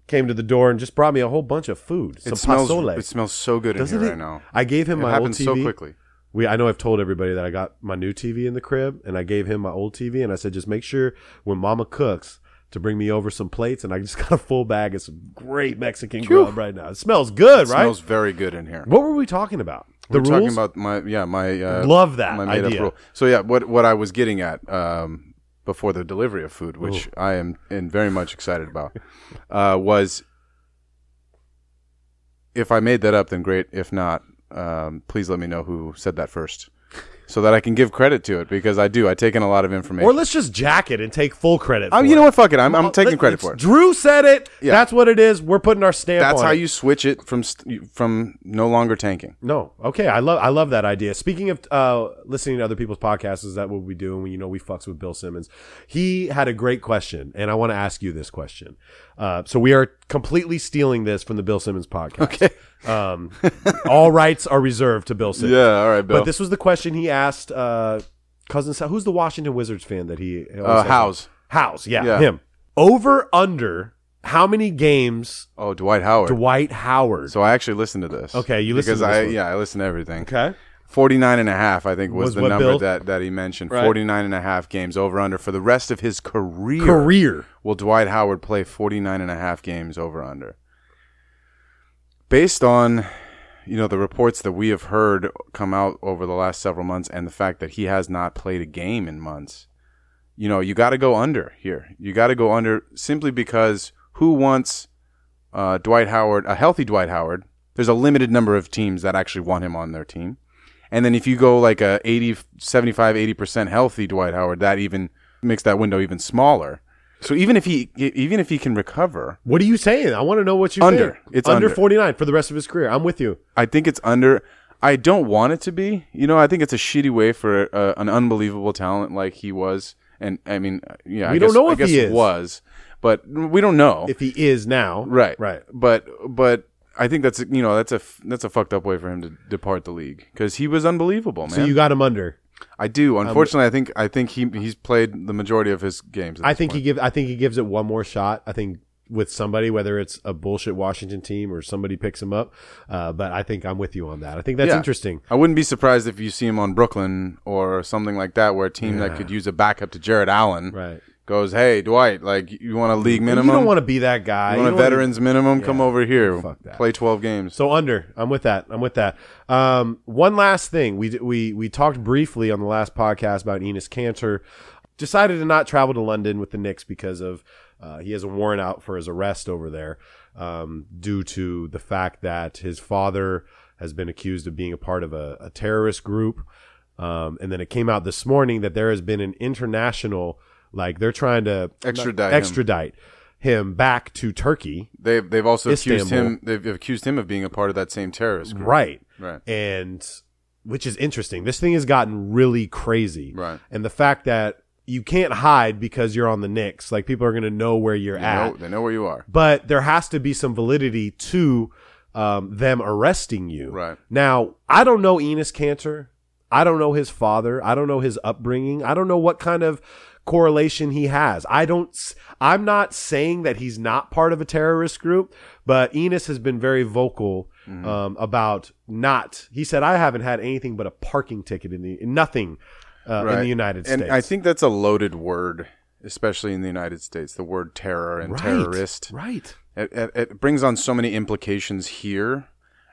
A: came to the door and just brought me a whole bunch of food. Some
C: It smells.
A: pozole.
C: It smells so good
A: Doesn't
C: in here
A: it?
C: right now.
A: I gave him
C: It
A: my old
C: happens
A: TV.
C: so quickly.
A: We I know I've told everybody that I got my new TV in the crib and I gave him my old TV and I said just make sure when Mama cooks to bring me over some plates and I just got a full bag of some great Mexican grub right now. It smells good,
C: It
A: right?
C: smells very good in here.
A: what were we talking about? The rules.
C: We're talking about my yeah my uh,
A: Love that
C: made-up
A: idea.
C: So yeah, what what I was getting at um, before the delivery of food, which I am and very much excited about, uh, was if I made that up, then great. If not, um, please let me know who said that first, so that I can give credit to it because I do. I take in a lot of information.
A: Or let's just jack it and take full credit.
C: Oh,
A: for
C: you know
A: it.
C: what? Fuck it. I'm, I'm
A: Well,
C: taking
A: let-
C: credit
A: it's-
C: for it.
A: Drew said it.
C: Yeah.
A: That's what it is. We're putting our stamp.
C: That's
A: on
C: how
A: it.
C: you switch it from st- from no longer tanking.
A: No, okay. I love I love that idea. Speaking of uh, listening to other people's podcasts, is that what we do? And you know, we fucks with Bill Simmons. He had a great question, and I want to ask you this question. Uh, so we are completely stealing this from the Bill Simmons podcast. Okay. Um, all rights are reserved to Bill Simmons.
C: All right, Bill.
A: But this was the question he asked uh, cousin. Sal- Who's the Washington Wizards fan that he? always
C: uh,
A: has?
C: House.
A: House, yeah,
C: Yeah.
A: him. Over under how many games
C: Oh, Dwight Howard.
A: Dwight Howard?
C: So I actually listened to this.
A: Okay, you listened
C: because
A: to this
C: I
A: one.
C: yeah, I listened to everything.
A: okay,
C: 49 and a half I think was,
A: Was
C: the
A: what,
C: number
A: Bill?
C: that that he mentioned.
A: Right.
C: Forty nine and a half 49 and a half games over under for the rest of his career.
A: career.
C: Will Dwight Howard play 49 and a half games over under? Based on you know, the reports that we have heard come out over the last several months and the fact that he has not played a game in months, you know, you got to go under here. You got to go under simply because who wants uh, Dwight Howard, a healthy Dwight Howard? There's a limited number of teams that actually want him on their team. And then if you go like a 80, 75, 80% healthy Dwight Howard, that even makes that window even smaller. So even if he e, even if he can recover,
A: What are you saying? I want to know what you
C: Under.
A: think.
C: It's
A: under
C: under.
A: 49 for the rest of his career. I'm with you.
C: I think it's under. I don't want it to be. You know, I think it's a shitty way for uh, an unbelievable talent like he was. And I mean, uh, yeah,
A: We
C: I
A: don't
C: guess,
A: know
C: I
A: if he
C: guess
A: is.
C: was, but we don't know.
A: If he is now.
C: right,
A: Right.
C: But but I think that's you know that's a f- that's a fucked up way for him to depart the league because he was unbelievable, man.
A: So you got him under.
C: I do. Unfortunately, I think I think he he's played the majority of his games.
A: I think he give I think he gives it one more shot. I think with somebody, whether it's a bullshit Washington team or somebody picks him up. Uh, but I think I'm with you on that. I think that's
C: Yeah.
A: interesting.
C: I wouldn't be surprised if you see him on Brooklyn or something like that, where a team that could use a backup to Jared Allen
A: Right.
C: goes, "Hey, Dwight, like you want a league
A: And
C: minimum?
A: You don't want to be that guy.
C: You want
A: You
C: a
A: don't wanna-
C: veterans minimum? Come over here.
A: Fuck that.
C: Play 12 games.
A: So under, I'm with that. I'm with that. Um, one last thing, we we we talked briefly on the last podcast about Enos Cantor. Decided to not travel to London with the Knicks because of uh, he has a warrant out for his arrest over there, um, due to the fact that his father has been accused of being a part of a, a terrorist group. Um, and then it came out this morning that there has been an international, like they're trying to
C: Extradite him.
A: extradite him back to Turkey.
C: They've they've also accused
A: Istanbul.
C: him. They've accused him of being a part of that same terrorist group.
A: Right.
C: Right.
A: And which is interesting. This thing has gotten really crazy.
C: Right.
A: And the fact that you can't hide because you're on the Knicks, like people are going to know where you're
C: They
A: at.
C: know, they know where you are.
A: But there has to be some validity to um, them arresting you.
C: Right.
A: Now, I don't know Enos Cantor. I don't know his father. I don't know his upbringing. I don't know what kind of correlation he has. I don't s- I'm not saying that he's not part of a terrorist group, but Enos has been very vocal
C: Mm-hmm.
A: um, about not. He said I haven't had anything but a parking ticket in the nothing uh, in
C: Right.
A: the United
C: and
A: States.
C: I think that's a loaded word, especially in the United States. The word terror and
A: Right.
C: terrorist.
A: Right.
C: It, it, it brings on so many implications here,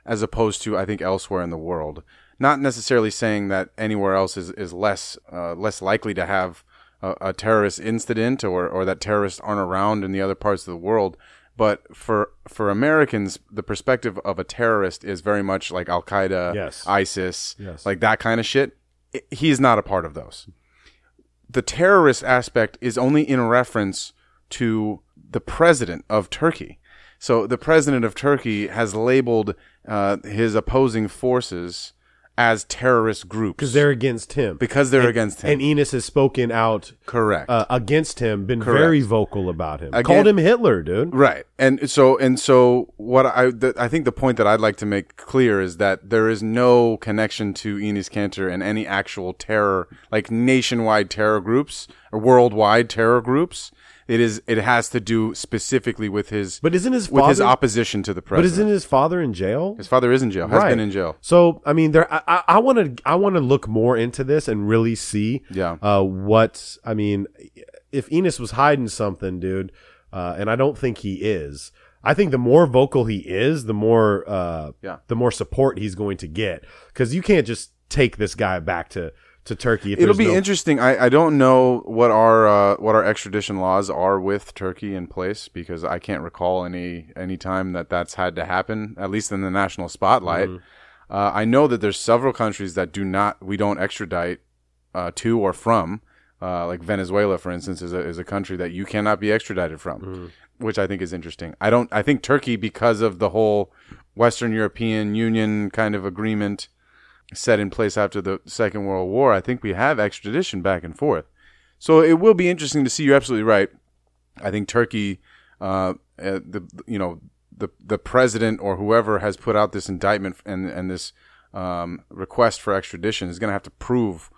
C: as opposed to I think elsewhere in the world. Not necessarily saying that anywhere else is is less uh, less likely to have a, a terrorist incident or or that terrorists aren't around in the other parts of the world. But for for Americans, the perspective of a terrorist is very much like Al Qaeda,
A: Yes.
C: ISIS,
A: Yes.
C: like that kind of shit. I- He's not a part of those the terrorist aspect is only in reference to the president of Turkey. So the president of Turkey has labeled uh, his opposing forces as terrorist groups
A: Cuz they're against him.
C: because they're against him.
A: and Enos has spoken out
C: Correct.
A: uh, against him, been
C: Correct.
A: very vocal about him.
C: Again-
A: Called him Hitler, dude.
C: Right, and so and so what I the, I think the point that I'd like to make clear is that there is no connection to Enos Cantor and any actual terror, like nationwide terror groups or worldwide terror groups. It is it has to do specifically with his
A: But isn't his
C: with his
A: father-
C: opposition to the
A: But
C: president.
A: isn't his father in jail?
C: his father is in jail? Has been in jail.
A: So I mean, there. I want to. I want to look more into this and really see.
C: Yeah.
A: Uh, what I mean, if Enos was hiding something, dude, uh, and I don't think he is. I think the more vocal he is, the more uh,
C: Yeah.
A: the more support he's going to get because you can't just take this guy back to to Turkey. If
C: It'll
A: there's
C: be
A: no-
C: interesting. I, I don't know what our uh, what our extradition laws are with Turkey in place because I can't recall any any time that that's had to happen. At least in the national spotlight.
A: Mm-hmm.
C: Uh, I know that there's several countries that do not we don't extradite uh, to or from. Uh, like Venezuela, for instance, is a, is a country that you cannot be extradited from,
A: Mm-hmm.
C: which I think is interesting. I don't. I think Turkey, because of the whole Western European Union kind of agreement, set in place after the Second World War, I think we have extradition back and forth. So it will be interesting to see. You're absolutely right. I think Turkey, uh, uh, the you know the the president or whoever has put out this indictment and and this um, request for extradition is going to have to prove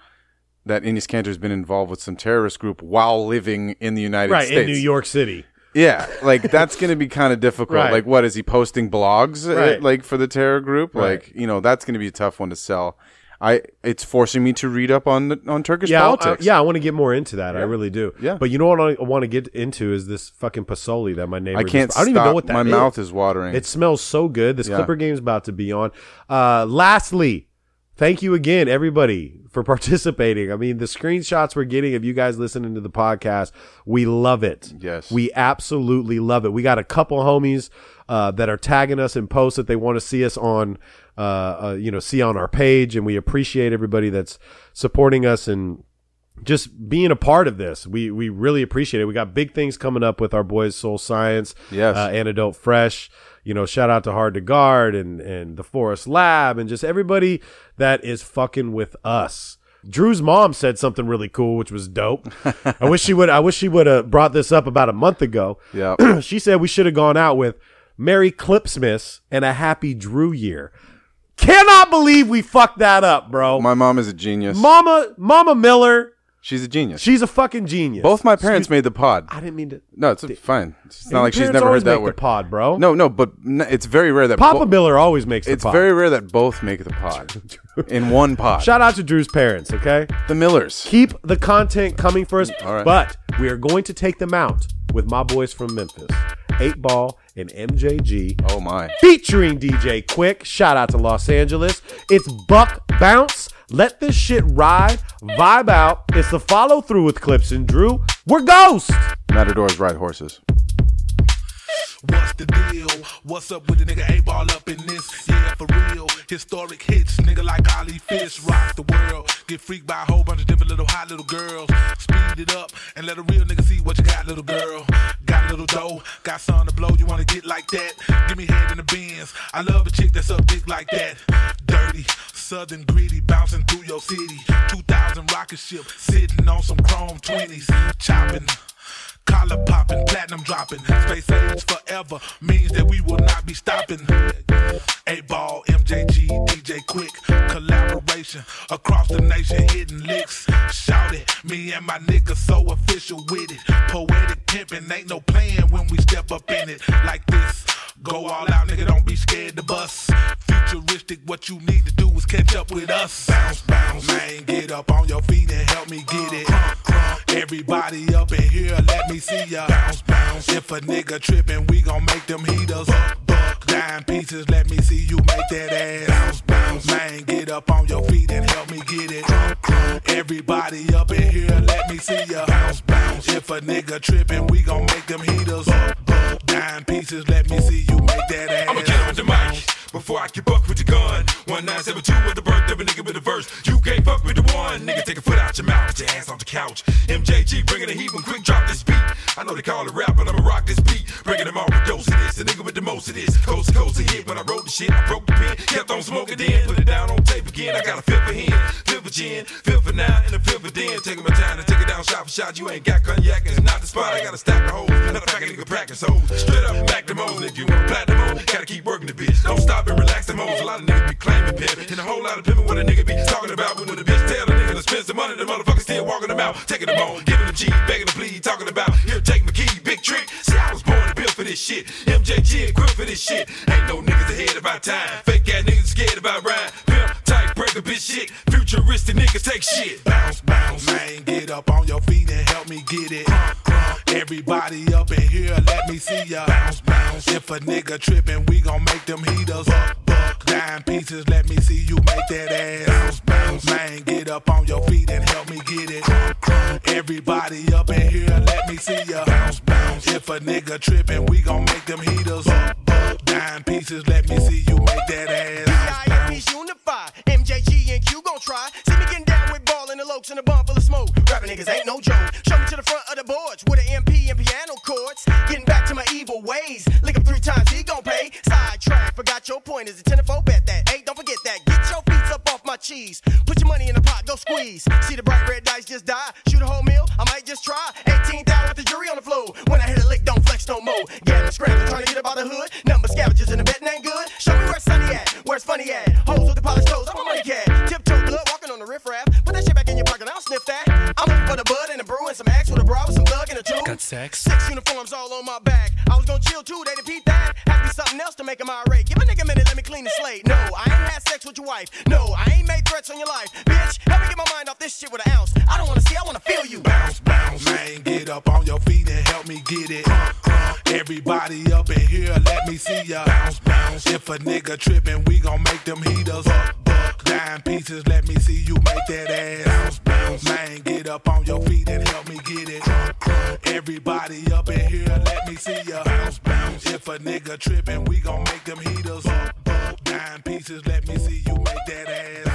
C: that Enis Cantor has been involved with some terrorist group while living in the United
A: right
C: States.
A: in New York City.
C: Yeah, like that's going to be kind of difficult.
A: Right.
C: Like, what is he posting blogs uh,
A: Right.
C: like for the terror group?
A: Right.
C: Like, you know, that's going to be a tough one to sell. I it's forcing me to read up on the, on Turkish
A: yeah, I-
C: politics.
A: I, yeah, I want to get more into that. I really do.
C: Yeah.
A: But you know what I want to get into is this fucking pasoli that my neighbor.
C: I can't.
A: just- I don't even know what that
C: My
A: is.
C: mouth is watering.
A: It smells so good. This
C: Yeah.
A: Clipper game's about to be on. Uh, lastly, thank you again, everybody, for participating. I mean, the screenshots we're getting of you guys listening to the podcast, we love it.
C: Yes.
A: We absolutely love it. We got a couple homies uh, that are tagging us in posts that they want to see us on, uh, uh, you know, see on our page. And we appreciate everybody that's supporting us and just being a part of this. We we really appreciate it. We got big things coming up with our boys Soul Science,
C: Yes.
A: uh, Antidote Fresh. You know, shout out to Hard to Guard and and the Forest Lab and just everybody that is fucking with us. Drew's mom said something really cool, which was dope. I wish she would. I wish she would have brought this up about a month ago.
C: yeah.
A: she said we should have gone out with Merry Clipsmas and a Happy Drew Year. Cannot believe we fucked that up, bro.
C: My mom is a genius.
A: Mama, Mama Miller
C: She's a genius.
A: She's a fucking genius.
C: Both my parents made the pod.
A: I didn't mean to.
C: No, it's fine. It's not
A: Your
C: like she's
A: parents
C: never
A: always
C: heard that
A: make
C: word.
A: The pod, bro.
C: No, no, but n- it's very rare that
A: Papa
C: bo-
A: Miller always makes the
C: It's
A: pod.
C: very rare that both make the pod in one pod.
A: Shout out to Drew's parents. Okay,
C: the Millers.
A: keep the content coming for us,
C: All right.
A: but we are going to take them out with my boys from Memphis, Eight Ball and MJG.
C: Oh my.
A: Featuring DJ Quick, shout out to Los Angeles. It's Buck Bounce. Let this shit ride. Vibe out. It's the follow through with Clips and Drew. We're Ghost.
C: Matadors ride horses.
D: What's the deal? What's up with the nigga A ball up in this? Yeah, for real. Historic hits, nigga like Ali Fish. Rock the world. Get freaked by a whole bunch of different little hot little girls. Speed it up and let a real nigga see what you got, little girl. Got little dough, got something to blow. You wanna get like that? Give me head in the bins. I love a chick that's up dick like that. Dirty, southern greedy, bouncing through your city. 2000 rocket ship, sitting on some chrome 20s. Chopping. Collar popping, platinum dropping, space age forever means that we will not be stopping. A ball, MJG, DJ Quick, collaboration across the nation, hitting licks. Shout it, me and my niggas so official with it. Poetic pimping, ain't no plan when we step up in it like this. Go all out, nigga, don't be scared to bust. Futuristic, what you need to do is catch up with us. Bounce, bounce, man, get up on your feet and help me get it. Uh, Everybody up in here, let me see ya. Bounce, bounce. If a nigga trippin', we gon' make them heaters. Buck, buck. Dime pieces, let me see you make that ass. Bounce, bounce. Man, get up on your feet and help me get it. Uh, Everybody up in here, let me see ya. Bounce, bounce. If a nigga trippin', we gon' make them heaters. Buck, buck. Dime pieces, let me see you make that ass.
E: I'ma get on the mic before I get bucked with the gun. 1972 with the birth of a nigga with a verse. You can't fuck with the one. Nigga, take a foot out your mouth, put your ass on the couch. MJG bringing the heat when quick drop this beat. I know they call it rap, but I'ma rock this beat. Bringing them all with dose of this. The nigga with the most of this. Coast to coast a hit. When I wrote the shit, I broke the pen. Kept on smoking then. Put it down on tape again. I got a fifth for him, fifth for gin, fifth for nine, and a fifth for den. Taking my time to take it down shot for shot. You ain't got cognac, and it's not the spot. I got a stack of hoes. Matter of fact, a nigga practice hoes. Straight up and back the moles, nigga. You want platinum on? Gotta keep working the bitch. Don't stop and relax the moles. A lot of niggas be claiming pimpin'. And a whole lot of pimpin' what a nigga be talking about. But when the bitch tell a nigga to spend some money, the motherfucker still walking them out. Taking them on, giving them G, begging to plead, talking about. Here, take my key, big trick. See, I was born and built for this shit. MJG equipped for this shit. Ain't no niggas ahead of our time. Fake ass niggas scared about rhyme. Pimp type, breaker bitch shit. Futuristic niggas take shit.
D: bounce, bounce. Man, get up on your feet and help me get it. Uh, Everybody up in here, let me see ya. Bounce, bounce. If a nigga trippin', we gon' make them heaters. Buck, buck. Dime pieces, let me see you make that ass. Bounce, bounce. Man, get up on your feet and help me get it. Uh, Everybody up in here, let me see ya. Bounce, bounce. If a nigga trippin', we gon' make them heaters. Buck, buck. Dime pieces, let me see you make that ass. Bounce, bounce.
F: IRB's unified. MJG and Q gon' try. See me getting down with ball and the lokes and a bun full of smoke. Rapping niggas ain't no joke. Show me to the front of the boards with an MP and piano chords. Getting back to my evil ways. Lick him three times, he gon' pay. Sidetrack, forgot your point. Is a 10 4 bet that? Hey, don't forget that. Get your feet up off my cheese. Put your money in the pot, go squeeze. See the bright red dice just die. Shoot a whole meal, I might just try. 18,000 with the jury on the floor. When I hit a lick, don't flex no more. Gammon scrambling, trying to get up out the hood. Number scavengers in the betting ain't good. Show me where Sunny at, where's funny at. Hoes with the polished toes, I'm a money cat. Tiptoe blood, walking on the riffraff. Put that shit back in your pocket, I'll sniff that. I'm looking for the bud and the brew and some axe with a bra with some thug and a two. Got sex. Six uniform Storms all on my back. I was gonna chill too, they repeat that. Have to be something else to make him irate. Give a nigga a minute, let me clean the slate. No, I ain't had sex with your wife. No, I ain't made threats on your life. Bitch, help me get my mind off this shit with an ounce. I don't wanna see, I wanna feel you.
D: bounce, bounce, man. Get up on your feet and help me get it. Crunk, crunk. Everybody up in here, let me see ya. Bounce, bounce. If a nigga trippin', we gon' make them heaters. Buck, buck. Dime pieces, let me see you make that ass. Bounce, bounce. Man, get up on your feet and help me get it. Crunk, crunk. Everybody up in here, let me see ya. Bounce, bounce. If a nigga trippin', we gon' make them heaters. Buck, buck. Dime pieces, let me see you make that ass.